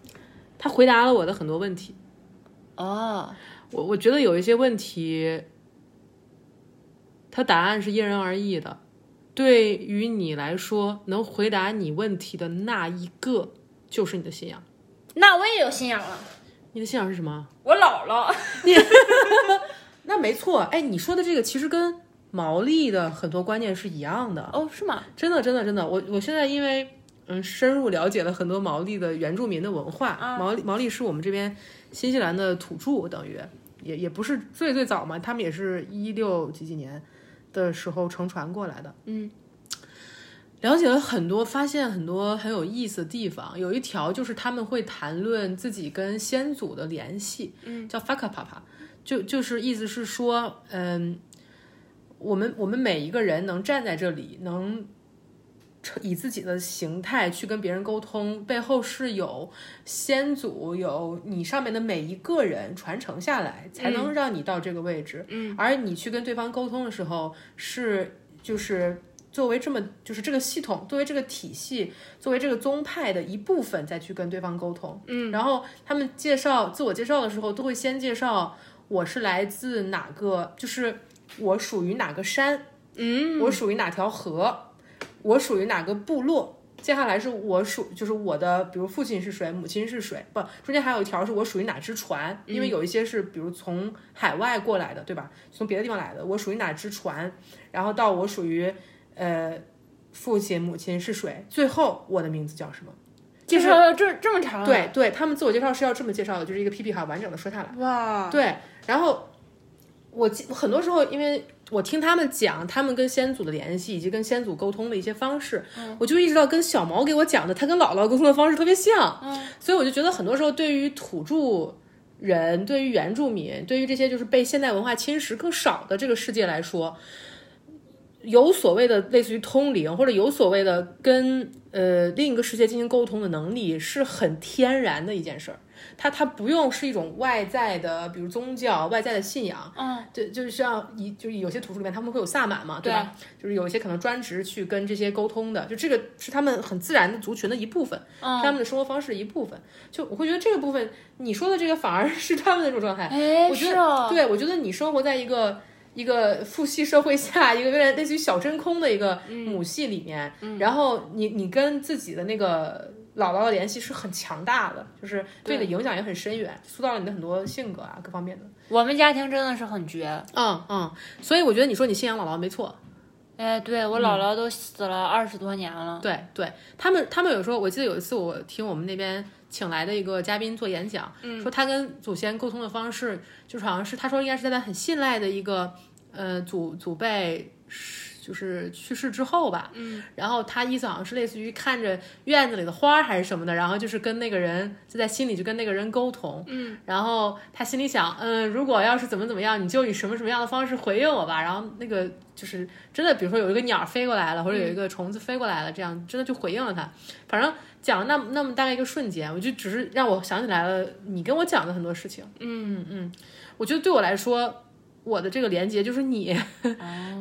[SPEAKER 2] 他回答了我的很多问题。
[SPEAKER 1] 哦，
[SPEAKER 2] 我我觉得有一些问题，它答案是因人而异的。对于你来说，能回答你问题的那一个就是你的信仰。
[SPEAKER 1] 那我也有信仰了，
[SPEAKER 2] 你的信仰是什么？
[SPEAKER 1] 我姥姥。
[SPEAKER 2] 那没错，哎，你说的这个其实跟毛利的很多观念是一样的。
[SPEAKER 1] 哦，是吗？
[SPEAKER 2] 真的，真的，真的，我我现在因为嗯深入了解了很多毛利的原住民的文化，毛利毛利是我们这边新西兰的土著，等于也也不是最最早嘛，他们也是一六几几年的时候乘船过来的，嗯。了解了很多，发现很多很有意思的地方。有一条就是他们会谈论自己跟先祖的联系，嗯，叫 f a k a p a p a 就就是意思是说，嗯，我们我们每一个人能站在这里，能以自己的形态去跟别人沟通，背后是有先祖，有你上面的每一个人传承下来，才能嗯让你到这个位置。嗯，而你去跟对方沟通的时候，是就是作为这么就是这个系统，作为这个体系，作为这个宗派的一部分再去跟对方沟通。嗯，然后他们介绍自我介绍的时候，都会先介绍我是来自哪个，就是我属于哪个山，嗯，我属于哪条河，我属于哪个部落。接下来是我属，就是我的，比如父亲是谁，母亲是谁，不，中间还有一条是我属于哪只船，因为有一些是比如从海外过来的，对吧？从别的地方来的，我属于哪只船，然后到我属于呃父亲母亲是谁，最后我的名字叫什么？
[SPEAKER 1] 介
[SPEAKER 2] 就是
[SPEAKER 1] 绍到这这么长，，
[SPEAKER 2] 对对，他们自我介绍是要这么介绍的，就是一个 PP 哈完整的说下来。
[SPEAKER 1] 哇，
[SPEAKER 2] 对，然后我记我很多时候，因为我听他们讲他们跟先祖的联系以及跟先祖沟通的一些方式，我就意识到跟小毛给我讲的他跟姥姥沟通的方式特别像，所以我就觉得很多时候对于土著。人对于原住民，对于这些就是被现代文化侵蚀更少的这个世界来说，有所谓的类似于通灵，或者有所谓的跟呃另一个世界进行沟通的能力，是很天然的一件事儿。它它不用是一种外在的，比如宗教、外在的信仰，嗯，就就是像一就是有些土著里面他们会有萨满嘛，对吧？就是有一些可能专职去跟这些沟通的，就这个是他们很自然的族群的一部分，是他们的生活方式的一部分。就我会觉得这个部分你说的这个反而是他们的那种状态，
[SPEAKER 1] 哎，
[SPEAKER 2] 我觉
[SPEAKER 1] 是
[SPEAKER 2] 得、
[SPEAKER 1] 哦，
[SPEAKER 2] 对，我觉得你生活在一个一个父系社会下，一个有点类似于小真空的一个母系里面，然后你你跟自己的那个姥姥的联系是很强大的，就是对你的影响也很深远，塑造了你的很多性格啊各方面的。
[SPEAKER 1] 我们家庭真的是很绝，
[SPEAKER 2] 嗯嗯，所以我觉得你说你信仰姥姥没错，
[SPEAKER 1] 哎，对我姥姥都死了二十多年了，
[SPEAKER 2] 对对，他们他们有时候，我记得有一次我听我们那边请来的一个嘉宾做演讲，说他跟祖先沟通的方式，就是好像是他说应该是在他很信赖的一个呃祖祖辈是。就是去世之后吧，嗯，然后他意思好像是类似于看着院子里的花儿还是什么的，然后就是跟那个人就在心里就跟那个人沟通，嗯，然后他心里想，嗯，如果要是怎么怎么样，你就以什么什么样的方式回应我吧，然后那个就是真的，比如说有一个鸟飞过来了，或者有一个虫子飞过来了，这样真的就回应了它。反正讲了那么那么大概一个瞬间，我就只是让我想起来了你跟我讲的很多事情。嗯嗯，我觉得对我来说，我的这个连接就是你，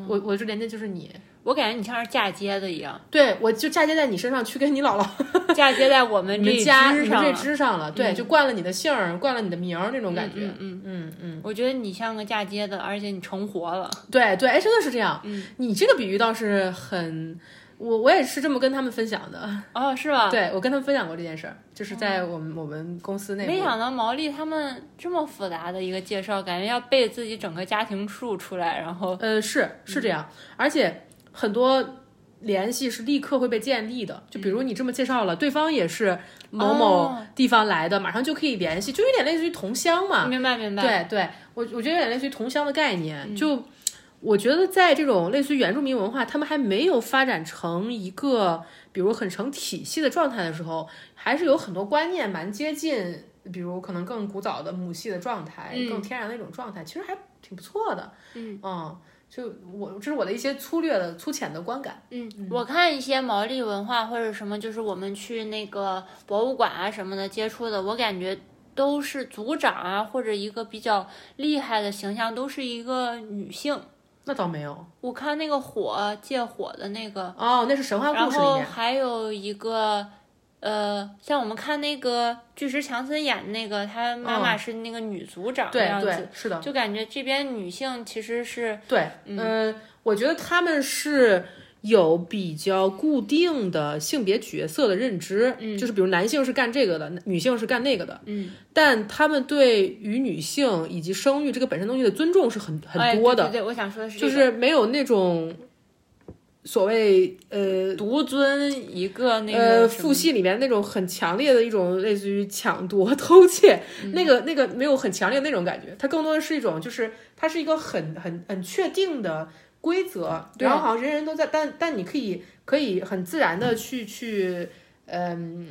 [SPEAKER 2] 我我这连接就是你，
[SPEAKER 1] 我感觉你像是嫁接的一 样，
[SPEAKER 2] 对我就嫁接在你身上去跟你姥姥
[SPEAKER 1] 嫁接在我们
[SPEAKER 2] 你
[SPEAKER 1] 这
[SPEAKER 2] 们
[SPEAKER 1] 一
[SPEAKER 2] 家
[SPEAKER 1] 支
[SPEAKER 2] 你们
[SPEAKER 1] 上
[SPEAKER 2] 这
[SPEAKER 1] 了。
[SPEAKER 2] 支上了，对，就冠了你的姓儿，冠了你的名儿那种感觉。嗯嗯嗯
[SPEAKER 1] 我觉得你像个嫁接的，而且你重活了。
[SPEAKER 2] 对对，哎，真的是这样。嗯，你这个比喻倒是很，我我也是这么跟他们分享的。
[SPEAKER 1] 哦，是吧？
[SPEAKER 2] 对，我跟他们分享过这件事儿，就是在我们、我们公司内
[SPEAKER 1] 哦没
[SPEAKER 2] 部。
[SPEAKER 1] 想到毛利他们这么复杂的一个介绍，感觉要背自己整个家庭树出来，然后
[SPEAKER 2] 呃，是是这样，
[SPEAKER 1] 嗯
[SPEAKER 2] 而且很多联系是立刻会被建立的。就比如你这么介绍了，对方也是某某
[SPEAKER 1] 嗯哦
[SPEAKER 2] 地方来的，马上就可以联系，就有点类似于同乡嘛。
[SPEAKER 1] 明白明白，
[SPEAKER 2] 对对，我我觉得有点类似于同乡的概念。
[SPEAKER 1] 嗯
[SPEAKER 2] 就我觉得在这种类似于原住民文化，他们还没有发展成一个比如很成体系的状态的时候，还是有很多观念蛮接近，比如可能更古早的母系的状态，
[SPEAKER 1] 嗯
[SPEAKER 2] 更天然的一种状态，其实还挺不错的。嗯就我这是我的一些粗略的、粗浅的观感。
[SPEAKER 1] 嗯，我看一些毛利文化或者什么，就是我们去那个博物馆啊什么的接触的，我感觉都是族长啊或者一个比较厉害的形象，都是一个女性。
[SPEAKER 2] 那倒没有
[SPEAKER 1] 我看那个火借火的那个，
[SPEAKER 2] 哦，那是神话
[SPEAKER 1] 然
[SPEAKER 2] 故事里
[SPEAKER 1] 后
[SPEAKER 2] 面。
[SPEAKER 1] 还有一个，呃，像我们看那个巨石强森演的那个，他妈妈是那个女组长的
[SPEAKER 2] 嗯对
[SPEAKER 1] 样子，
[SPEAKER 2] 对，是的。
[SPEAKER 1] 就感觉这边女性其实是
[SPEAKER 2] 对，嗯、我觉得他们是有比较固定的性别角色的认知，嗯，就是比如男性是干这个的，女性是干那个的，嗯，但他们对于女性以及生育这个本身东西的尊重是很
[SPEAKER 1] 哎
[SPEAKER 2] 很多的，
[SPEAKER 1] 对对对，我想说的是这
[SPEAKER 2] 就
[SPEAKER 1] 个，
[SPEAKER 2] 是没有那种所谓呃。
[SPEAKER 1] 独尊一个那
[SPEAKER 2] 呃，
[SPEAKER 1] 个什么
[SPEAKER 2] 父系里面那种很强烈的一种类似于抢夺、 偷窃，
[SPEAKER 1] 嗯
[SPEAKER 2] 那个那个没有很强烈的那种感觉，它更多的是一种，就是它是一个很很很确定的规则，
[SPEAKER 1] 对
[SPEAKER 2] 然后好像人人都在，但但你可以可以很自然的去去，嗯。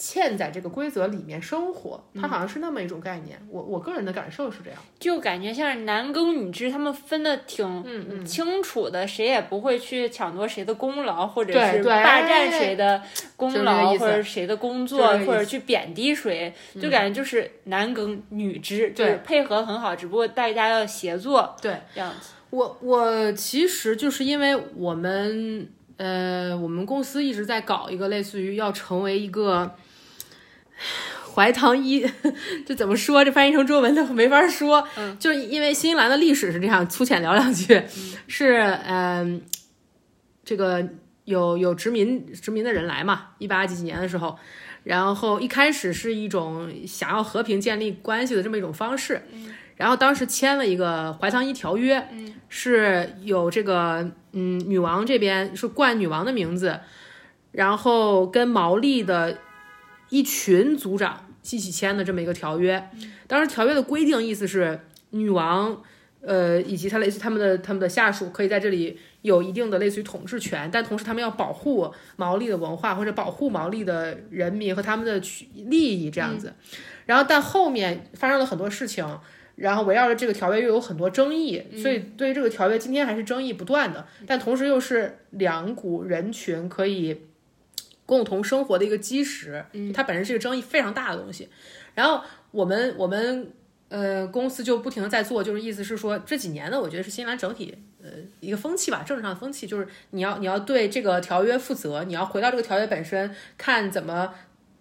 [SPEAKER 2] 嵌在这个规则里面生活，
[SPEAKER 1] 嗯
[SPEAKER 2] 它好像是那么一种概念。我我个人的感受是这样。
[SPEAKER 1] 就感觉像是男耕女织，他们分的
[SPEAKER 2] 嗯
[SPEAKER 1] 挺清楚的，谁也不会去抢夺谁的功劳，或者
[SPEAKER 2] 对
[SPEAKER 1] 是
[SPEAKER 2] 对
[SPEAKER 1] 霸
[SPEAKER 2] 哎
[SPEAKER 1] 占谁的功
[SPEAKER 2] 就是这个
[SPEAKER 1] 劳，
[SPEAKER 2] 意思
[SPEAKER 1] 或者谁的工
[SPEAKER 2] 就是
[SPEAKER 1] 作
[SPEAKER 2] 这个，意思嗯
[SPEAKER 1] 或者去贬低谁，就感觉就是男耕女织，就
[SPEAKER 2] 对
[SPEAKER 1] 是配合很好，只不过大家要协作
[SPEAKER 2] 对
[SPEAKER 1] 这样子。
[SPEAKER 2] 我我其实就是因为我们呃，我们公司一直在搞一个类似于要成为一个怀唐医， 这怎么说？这翻译成中文都没法说。嗯，就是因为新西兰的历史是这样，粗浅聊两句， 是嗯、这个有有殖民殖民的人来嘛，一八几几年的时候。然后一开始是一种想要和平建立关系的这么一种方式，然后当时签了一个怀唐伊条约，是有这个嗯女王这边是冠女王的名字，然后跟毛利的一群族长一起签的这么一个条约。当时条约的规定意思是女王。呃，以及她类似他们的他们的下属可以在这里有一定的类似于统治权，但同时他们要保护毛利的文化或者保护毛利的人民和他们的取利益这样子。然后，但后面发生了很多事情，然后围绕着这个条约又有很多争议，所以对于这个条约今天还是争议不断的。但同时又是两股人群可以共同生活的一个基石，它本身是一个争议非常大的东西。然后我们我们呃公司就不停的在做，就是意思是说这几年呢，我觉得是新西兰整体呃一个风气吧，政治上的风气就是你要你要对这个条约负责，你要回到这个条约本身，看怎么。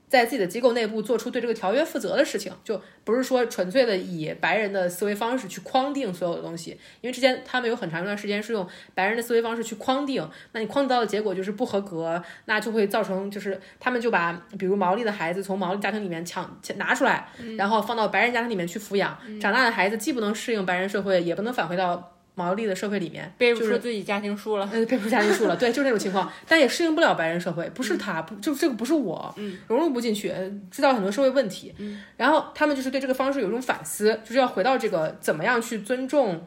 [SPEAKER 2] 在自己的机构内部做出对这个条约负责的事情，就不是说纯粹的以白人的思维方式去框定所有的东西，因为之前他们有很长一段时间是用白人的思维方式去框定，那你框定到的结果就是不合格，那就会造成就是他们就把比如毛利的孩子从毛利家庭里面抢抢拿出来，然后放到白人家庭里面去抚养，长大的孩子既不能适应白人社会，也不能返回到毛利的社会里面，
[SPEAKER 1] 背
[SPEAKER 2] 就
[SPEAKER 1] 不
[SPEAKER 2] 是
[SPEAKER 1] 出自己家庭书了。
[SPEAKER 2] 呃，被不加因素了，对，就是那种情况，但也适应不了白人社会，不是他，不就这个不是我，融入不进去，知道很多社会问题，然后他们就是对这个方式有一种反思，就是要回到这个怎么样去尊重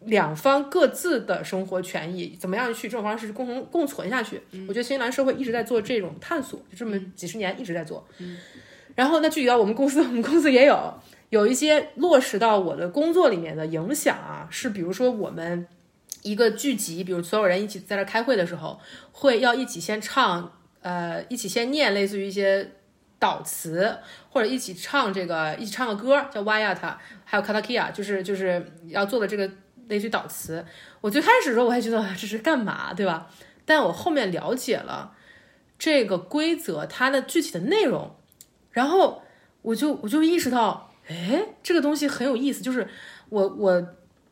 [SPEAKER 2] 两方各自的生活权益，怎么样去这种方式共同共存下去。我觉得新西兰社会一直在做这种探索，就这么几十年一直在做。然后那具体到我们公司，我们公司也有有一些落实到我的工作里面的影响啊，是比如说我们。一个聚集，比如所有人一起在这儿开会的时候，会要一起先唱，呃，一起先念类似于一些祷词，或者一起唱这个，一起唱个歌叫 Wayata，还有 Katakia，就是就是要做的这个类似于祷词。我最开始的时候我还觉得啊这是干嘛，对吧？但我后面了解了这个规则它的具体的内容，然后我就我就意识到，哎，这个东西很有意思，就是我我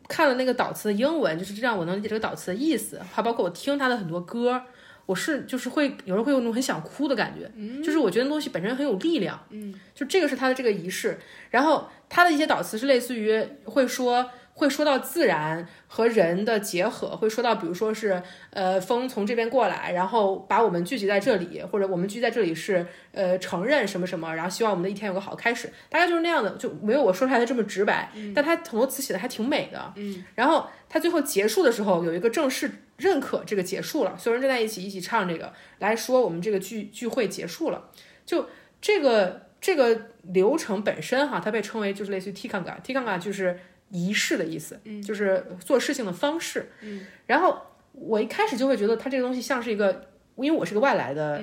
[SPEAKER 2] 看了那个导词的英文，就是让我能理解这个导词的意思，还包括我听他的很多歌，我是就是会有时候会有那种很想哭的感觉，就是我觉得那东西本身很有力量，嗯，就这个是他的这个仪式，然后他的一些导词是类似于会说。会说到自然和人的结合，会说到，比如说是，呃，风从这边过来，然后把我们聚集在这里，或者我们聚集在这里是，呃，承认什么什么，然后希望我们的一天有个好开始，大概就是那样的，就没有我说出来的这么直白。但他很多词写的还挺美的，嗯，然后他最后结束的时候有一个正式认可这个结束了，所有人站在一起一起唱这个来说我们这个聚聚会结束了，就这个这个流程本身哈，它被称为就是类似于 tikanga，tikanga 就是仪式的意思，嗯，就是做事情的方式，嗯，然后我一开始就会觉得它这个东西像是一个，因为我是个外来的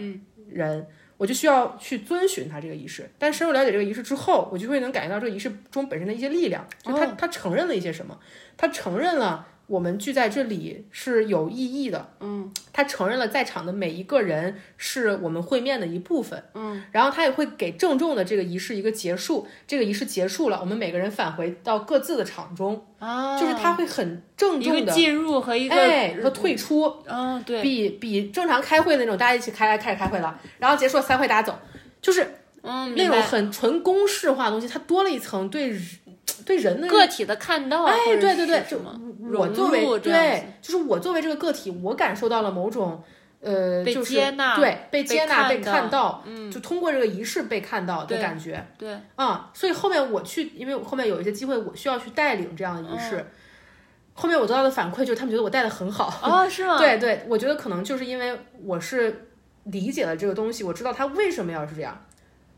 [SPEAKER 2] 人。我就需要去遵循它这个仪式，但深入了解这个仪式之后，我就会能感觉到这个仪式中本身的一些力量，就它它承认了一些什么，它承认了我们聚在这里是有意义的，嗯，它承认了在场的每一个人是我们会面的一部分，嗯，然后它也会给郑重的这个仪式一个结束，这个仪式结束了，我们每个人返回到各自的场中，
[SPEAKER 1] 啊
[SPEAKER 2] 就是它会很郑
[SPEAKER 1] 一
[SPEAKER 2] 重
[SPEAKER 1] 个
[SPEAKER 2] 的，
[SPEAKER 1] 进入和一个，
[SPEAKER 2] 哎，和退出，
[SPEAKER 1] 嗯，对，
[SPEAKER 2] 比比正常开会那种大家一起开开始开会了，然后结束了散会大家走，就是
[SPEAKER 1] 嗯，
[SPEAKER 2] 那
[SPEAKER 1] 明
[SPEAKER 2] 种
[SPEAKER 1] 白
[SPEAKER 2] 很纯公式化的东西，它多了一层对人对人的。
[SPEAKER 1] 个体的看到，
[SPEAKER 2] 哎，对对对，
[SPEAKER 1] 什
[SPEAKER 2] 就
[SPEAKER 1] 么
[SPEAKER 2] 我
[SPEAKER 1] 融
[SPEAKER 2] 作为
[SPEAKER 1] 入这样
[SPEAKER 2] 对，就是我作为这个个体，我感受到了某种呃，
[SPEAKER 1] 被
[SPEAKER 2] 就是
[SPEAKER 1] 接纳
[SPEAKER 2] 对被接纳、
[SPEAKER 1] 被
[SPEAKER 2] 被
[SPEAKER 1] 看
[SPEAKER 2] 看到，嗯，就通过这个仪式被看到的
[SPEAKER 1] 对
[SPEAKER 2] 感觉
[SPEAKER 1] 对，
[SPEAKER 2] 啊、所以后面我去，因为我后面有一些机会，我需要去带领这样的仪
[SPEAKER 1] 嗯
[SPEAKER 2] 式。后面我得到的反馈就是他们觉得我带的很好，
[SPEAKER 1] 哦，是吗？
[SPEAKER 2] 对对，我觉得可能就是因为我是理解了这个东西，我知道它为什么要是这样。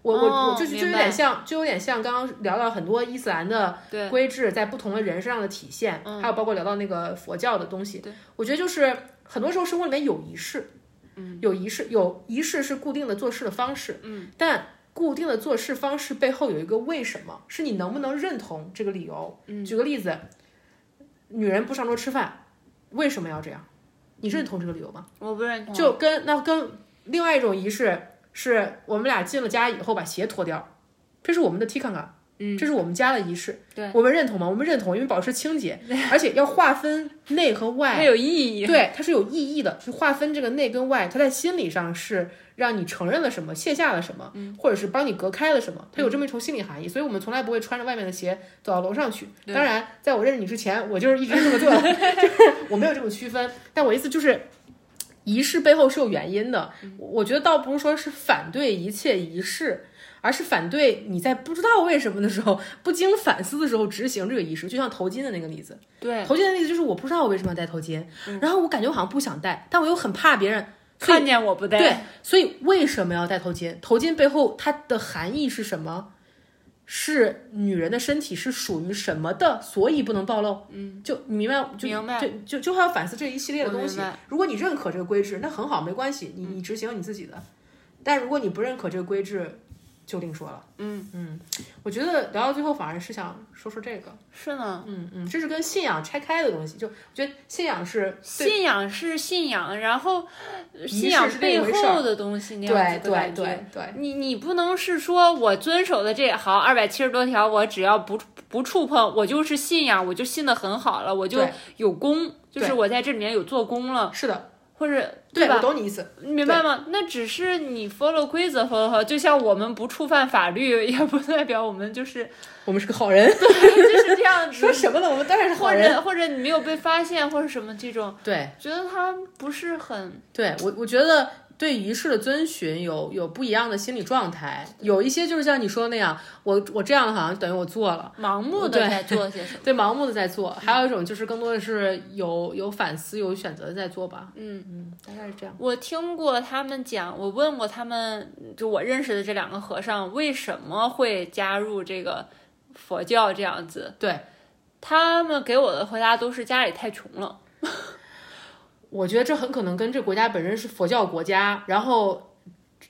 [SPEAKER 2] 我我
[SPEAKER 1] 哦
[SPEAKER 2] 我就是就有
[SPEAKER 1] 明白
[SPEAKER 2] 点像，就有点像刚刚聊到很多伊斯兰的
[SPEAKER 1] 对嗯
[SPEAKER 2] 规制在不同的人身上的体现，还有包括聊到那个佛教的东西
[SPEAKER 1] 对。
[SPEAKER 2] 我觉得就是很多时候生活里面有仪式，
[SPEAKER 1] 嗯
[SPEAKER 2] 有仪式，有仪式是固定的做事的方式，嗯，但固定的做事方式背后有一个为什么，是你能不能认同这个
[SPEAKER 1] 嗯
[SPEAKER 2] 理由。举个例子，女人不上桌吃饭，为什么要这样？你认同这个理由吗？
[SPEAKER 1] 我不认同。
[SPEAKER 2] 就跟那跟另外一种仪式是我们俩进了家以后把鞋脱掉，这是我们的 t i k a n a
[SPEAKER 1] 嗯，
[SPEAKER 2] 这是我们家的仪式。
[SPEAKER 1] 对，
[SPEAKER 2] 我们认同吗？我们认同，因为保持清洁，而且要划分内和外。
[SPEAKER 1] 它有意义。
[SPEAKER 2] 对，它是有意义的，就划分这个内跟外，它在心理上是让你承认了什么，卸下了什么，
[SPEAKER 1] 嗯
[SPEAKER 2] 或者是帮你隔开了什么，它有这么一重心理含义。所以我们从来不会穿着外面的鞋走到楼上去。
[SPEAKER 1] 对
[SPEAKER 2] 当然，在我认识你之前，我就是一直这么做的， 就是我没有这种区分。但我意思就是。仪式背后是有原因的，
[SPEAKER 1] 嗯
[SPEAKER 2] 我我觉得倒不是说是反对一切仪式，而是反对你在不知道为什么的时候、不经反思的时候执行这个仪式。就像头巾的那个例子，
[SPEAKER 1] 对，嗯
[SPEAKER 2] 头巾的例子就是我不知道我为什么要戴头巾，然后我感觉我好像不想戴，但我又很怕别人。所以
[SPEAKER 1] 看见我不戴，
[SPEAKER 2] 对，所以为什么要戴头巾？头巾背后它的含义是什么？是女人的身体是属于什么的，所以不能暴露。嗯，就你明白，就
[SPEAKER 1] 明白
[SPEAKER 2] 对，就就还要反思这一系列的
[SPEAKER 1] 我
[SPEAKER 2] 东
[SPEAKER 1] 明
[SPEAKER 2] 西
[SPEAKER 1] 白。嗯
[SPEAKER 2] 如果你认可这个规制，那很好，没关系，你你执行你自己的。但如果你不认可这个规制，就另说了。嗯嗯，我觉得聊到最后反而是想说说这个。
[SPEAKER 1] 是呢。
[SPEAKER 2] 嗯，嗯，这是跟信仰拆开的东西，就我觉得信仰是对
[SPEAKER 1] 信仰是信仰，然后呃
[SPEAKER 2] 仪
[SPEAKER 1] 信
[SPEAKER 2] 式
[SPEAKER 1] 仰
[SPEAKER 2] 是另一
[SPEAKER 1] 背
[SPEAKER 2] 回事儿
[SPEAKER 1] 后的东西那样
[SPEAKER 2] 对
[SPEAKER 1] 子的
[SPEAKER 2] 对
[SPEAKER 1] 感觉。
[SPEAKER 2] 对对，
[SPEAKER 1] 你你不能是说我遵守的这好二百七十多条，我只要不不触碰，我就是信仰，我就信的很好了，我就
[SPEAKER 2] 对
[SPEAKER 1] 有功，就
[SPEAKER 2] 对
[SPEAKER 1] 是我在这里面有做功了，
[SPEAKER 2] 是的，
[SPEAKER 1] 或者
[SPEAKER 2] 对我
[SPEAKER 1] 吧？
[SPEAKER 2] 懂你意思，
[SPEAKER 1] 你明白吗？那只是你 follow 规则 follow 好，就像我们不触犯法律，也不代表我们就是
[SPEAKER 2] 我们是个好人，
[SPEAKER 1] 就是这样子
[SPEAKER 2] 说，什么呢？我们当然是好
[SPEAKER 1] 或
[SPEAKER 2] 人，
[SPEAKER 1] 者或者你没有被发现或者什么这种，
[SPEAKER 2] 对
[SPEAKER 1] 觉得他不是很
[SPEAKER 2] 对，我我觉得。对仪式的遵循有有不一样的心理状态，有一些就是像你说的那样，我我这样好像等于我做了，
[SPEAKER 1] 盲目的在做些什么。
[SPEAKER 2] 对，盲目的在做；还有一种就是更多的是有有反思、有选择的在做吧，
[SPEAKER 1] 嗯，
[SPEAKER 2] 嗯，大概是这样。
[SPEAKER 1] 我听过他们讲，我问过他们，就我认识的这两个和尚为什么会加入这个佛教这样子，
[SPEAKER 2] 对，
[SPEAKER 1] 他们给我的回答都是家里太穷了。
[SPEAKER 2] 我觉得这很可能跟这国家本身是佛教国家，然后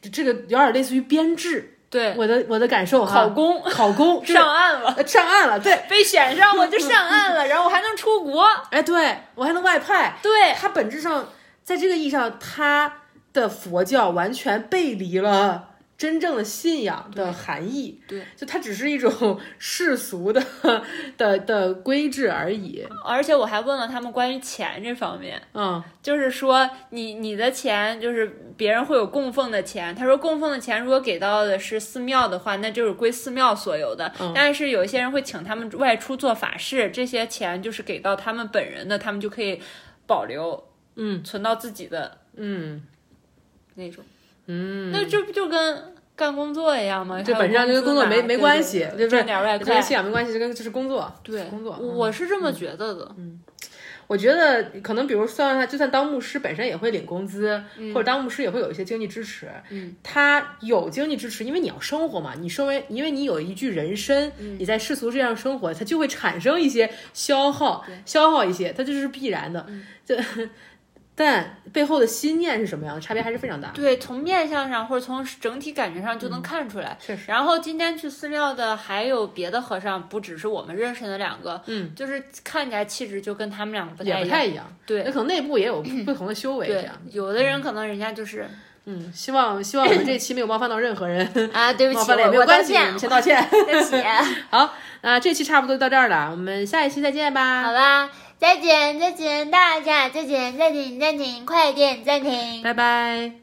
[SPEAKER 2] 这这个有点类似于编制，
[SPEAKER 1] 对，
[SPEAKER 2] 我的我的感受哈
[SPEAKER 1] 考，公
[SPEAKER 2] 考公就是
[SPEAKER 1] 上岸了，
[SPEAKER 2] 呃上岸了，对，
[SPEAKER 1] 被选上我就上岸 了，然后我还能出国。
[SPEAKER 2] 哎，对我还能外派，
[SPEAKER 1] 对，
[SPEAKER 2] 它本质上在这个意义上，它的佛教完全背离了真正的信仰的含义，
[SPEAKER 1] 对，
[SPEAKER 2] 就它只是一种 世俗的的的规制而已，
[SPEAKER 1] 而且我还问了他们关于钱这方面，
[SPEAKER 2] 嗯，
[SPEAKER 1] 就是说你你的钱就是别人会有供奉的钱，他说供奉的钱如果给到的是寺庙的话，那就是归寺庙所有的。
[SPEAKER 2] 嗯
[SPEAKER 1] 但是有一些人会请他们外出做法事，这些钱就是给到他们本人的，他们就可以保留，
[SPEAKER 2] 嗯，
[SPEAKER 1] 存到自己的
[SPEAKER 2] 嗯
[SPEAKER 1] 那种。
[SPEAKER 2] 嗯，
[SPEAKER 1] 那这不就跟干工作一样吗？
[SPEAKER 2] 这本质上就跟工作没没关系，对不
[SPEAKER 1] 挣
[SPEAKER 2] 对？
[SPEAKER 1] 点外
[SPEAKER 2] 这
[SPEAKER 1] 快
[SPEAKER 2] 跟。哎信仰没关系，这跟就是工作，
[SPEAKER 1] 对，
[SPEAKER 2] 工作。嗯
[SPEAKER 1] 我我是这么觉得的。
[SPEAKER 2] 我觉得可能，比如算算他，就算当牧师本身也会领工资，或者当牧师也会有一些经济支持。
[SPEAKER 1] 嗯，
[SPEAKER 2] 他有经济支持，因为你要生活嘛，你身为因为你有一具人身，
[SPEAKER 1] 嗯
[SPEAKER 2] 你在世俗这样生活，它就会产生一些消耗，消耗一些，它这是必然的。
[SPEAKER 1] 嗯
[SPEAKER 2] 这但背后的心念是什么样的，差别还是非常大。
[SPEAKER 1] 对，从面相上或者从整体感觉上就能看出来。
[SPEAKER 2] 确实，
[SPEAKER 1] 然后今天去寺庙的还有别的和尚，不只是我们认识的两个，嗯，就是看起来气质就跟他们两个不
[SPEAKER 2] 也
[SPEAKER 1] 太
[SPEAKER 2] 不
[SPEAKER 1] 一样。
[SPEAKER 2] 太一样。
[SPEAKER 1] 对
[SPEAKER 2] 那可能内部也有不同的修为这
[SPEAKER 1] 对
[SPEAKER 2] 样。，
[SPEAKER 1] 有的人可能人家就是
[SPEAKER 2] 嗯，希望希望我们这期没有冒犯到任何人，
[SPEAKER 1] 啊，对不
[SPEAKER 2] 冒
[SPEAKER 1] 起，
[SPEAKER 2] 犯了也
[SPEAKER 1] 我
[SPEAKER 2] 没有
[SPEAKER 1] 我道
[SPEAKER 2] 关系，
[SPEAKER 1] 歉
[SPEAKER 2] 我，们先道歉。
[SPEAKER 1] 对不起，
[SPEAKER 2] 好，那这期差不多就到这儿了，我们下一期再见吧。
[SPEAKER 3] 好吧，再见，再见，大家再见，暂停，暂停，快点暂停。
[SPEAKER 2] 拜拜。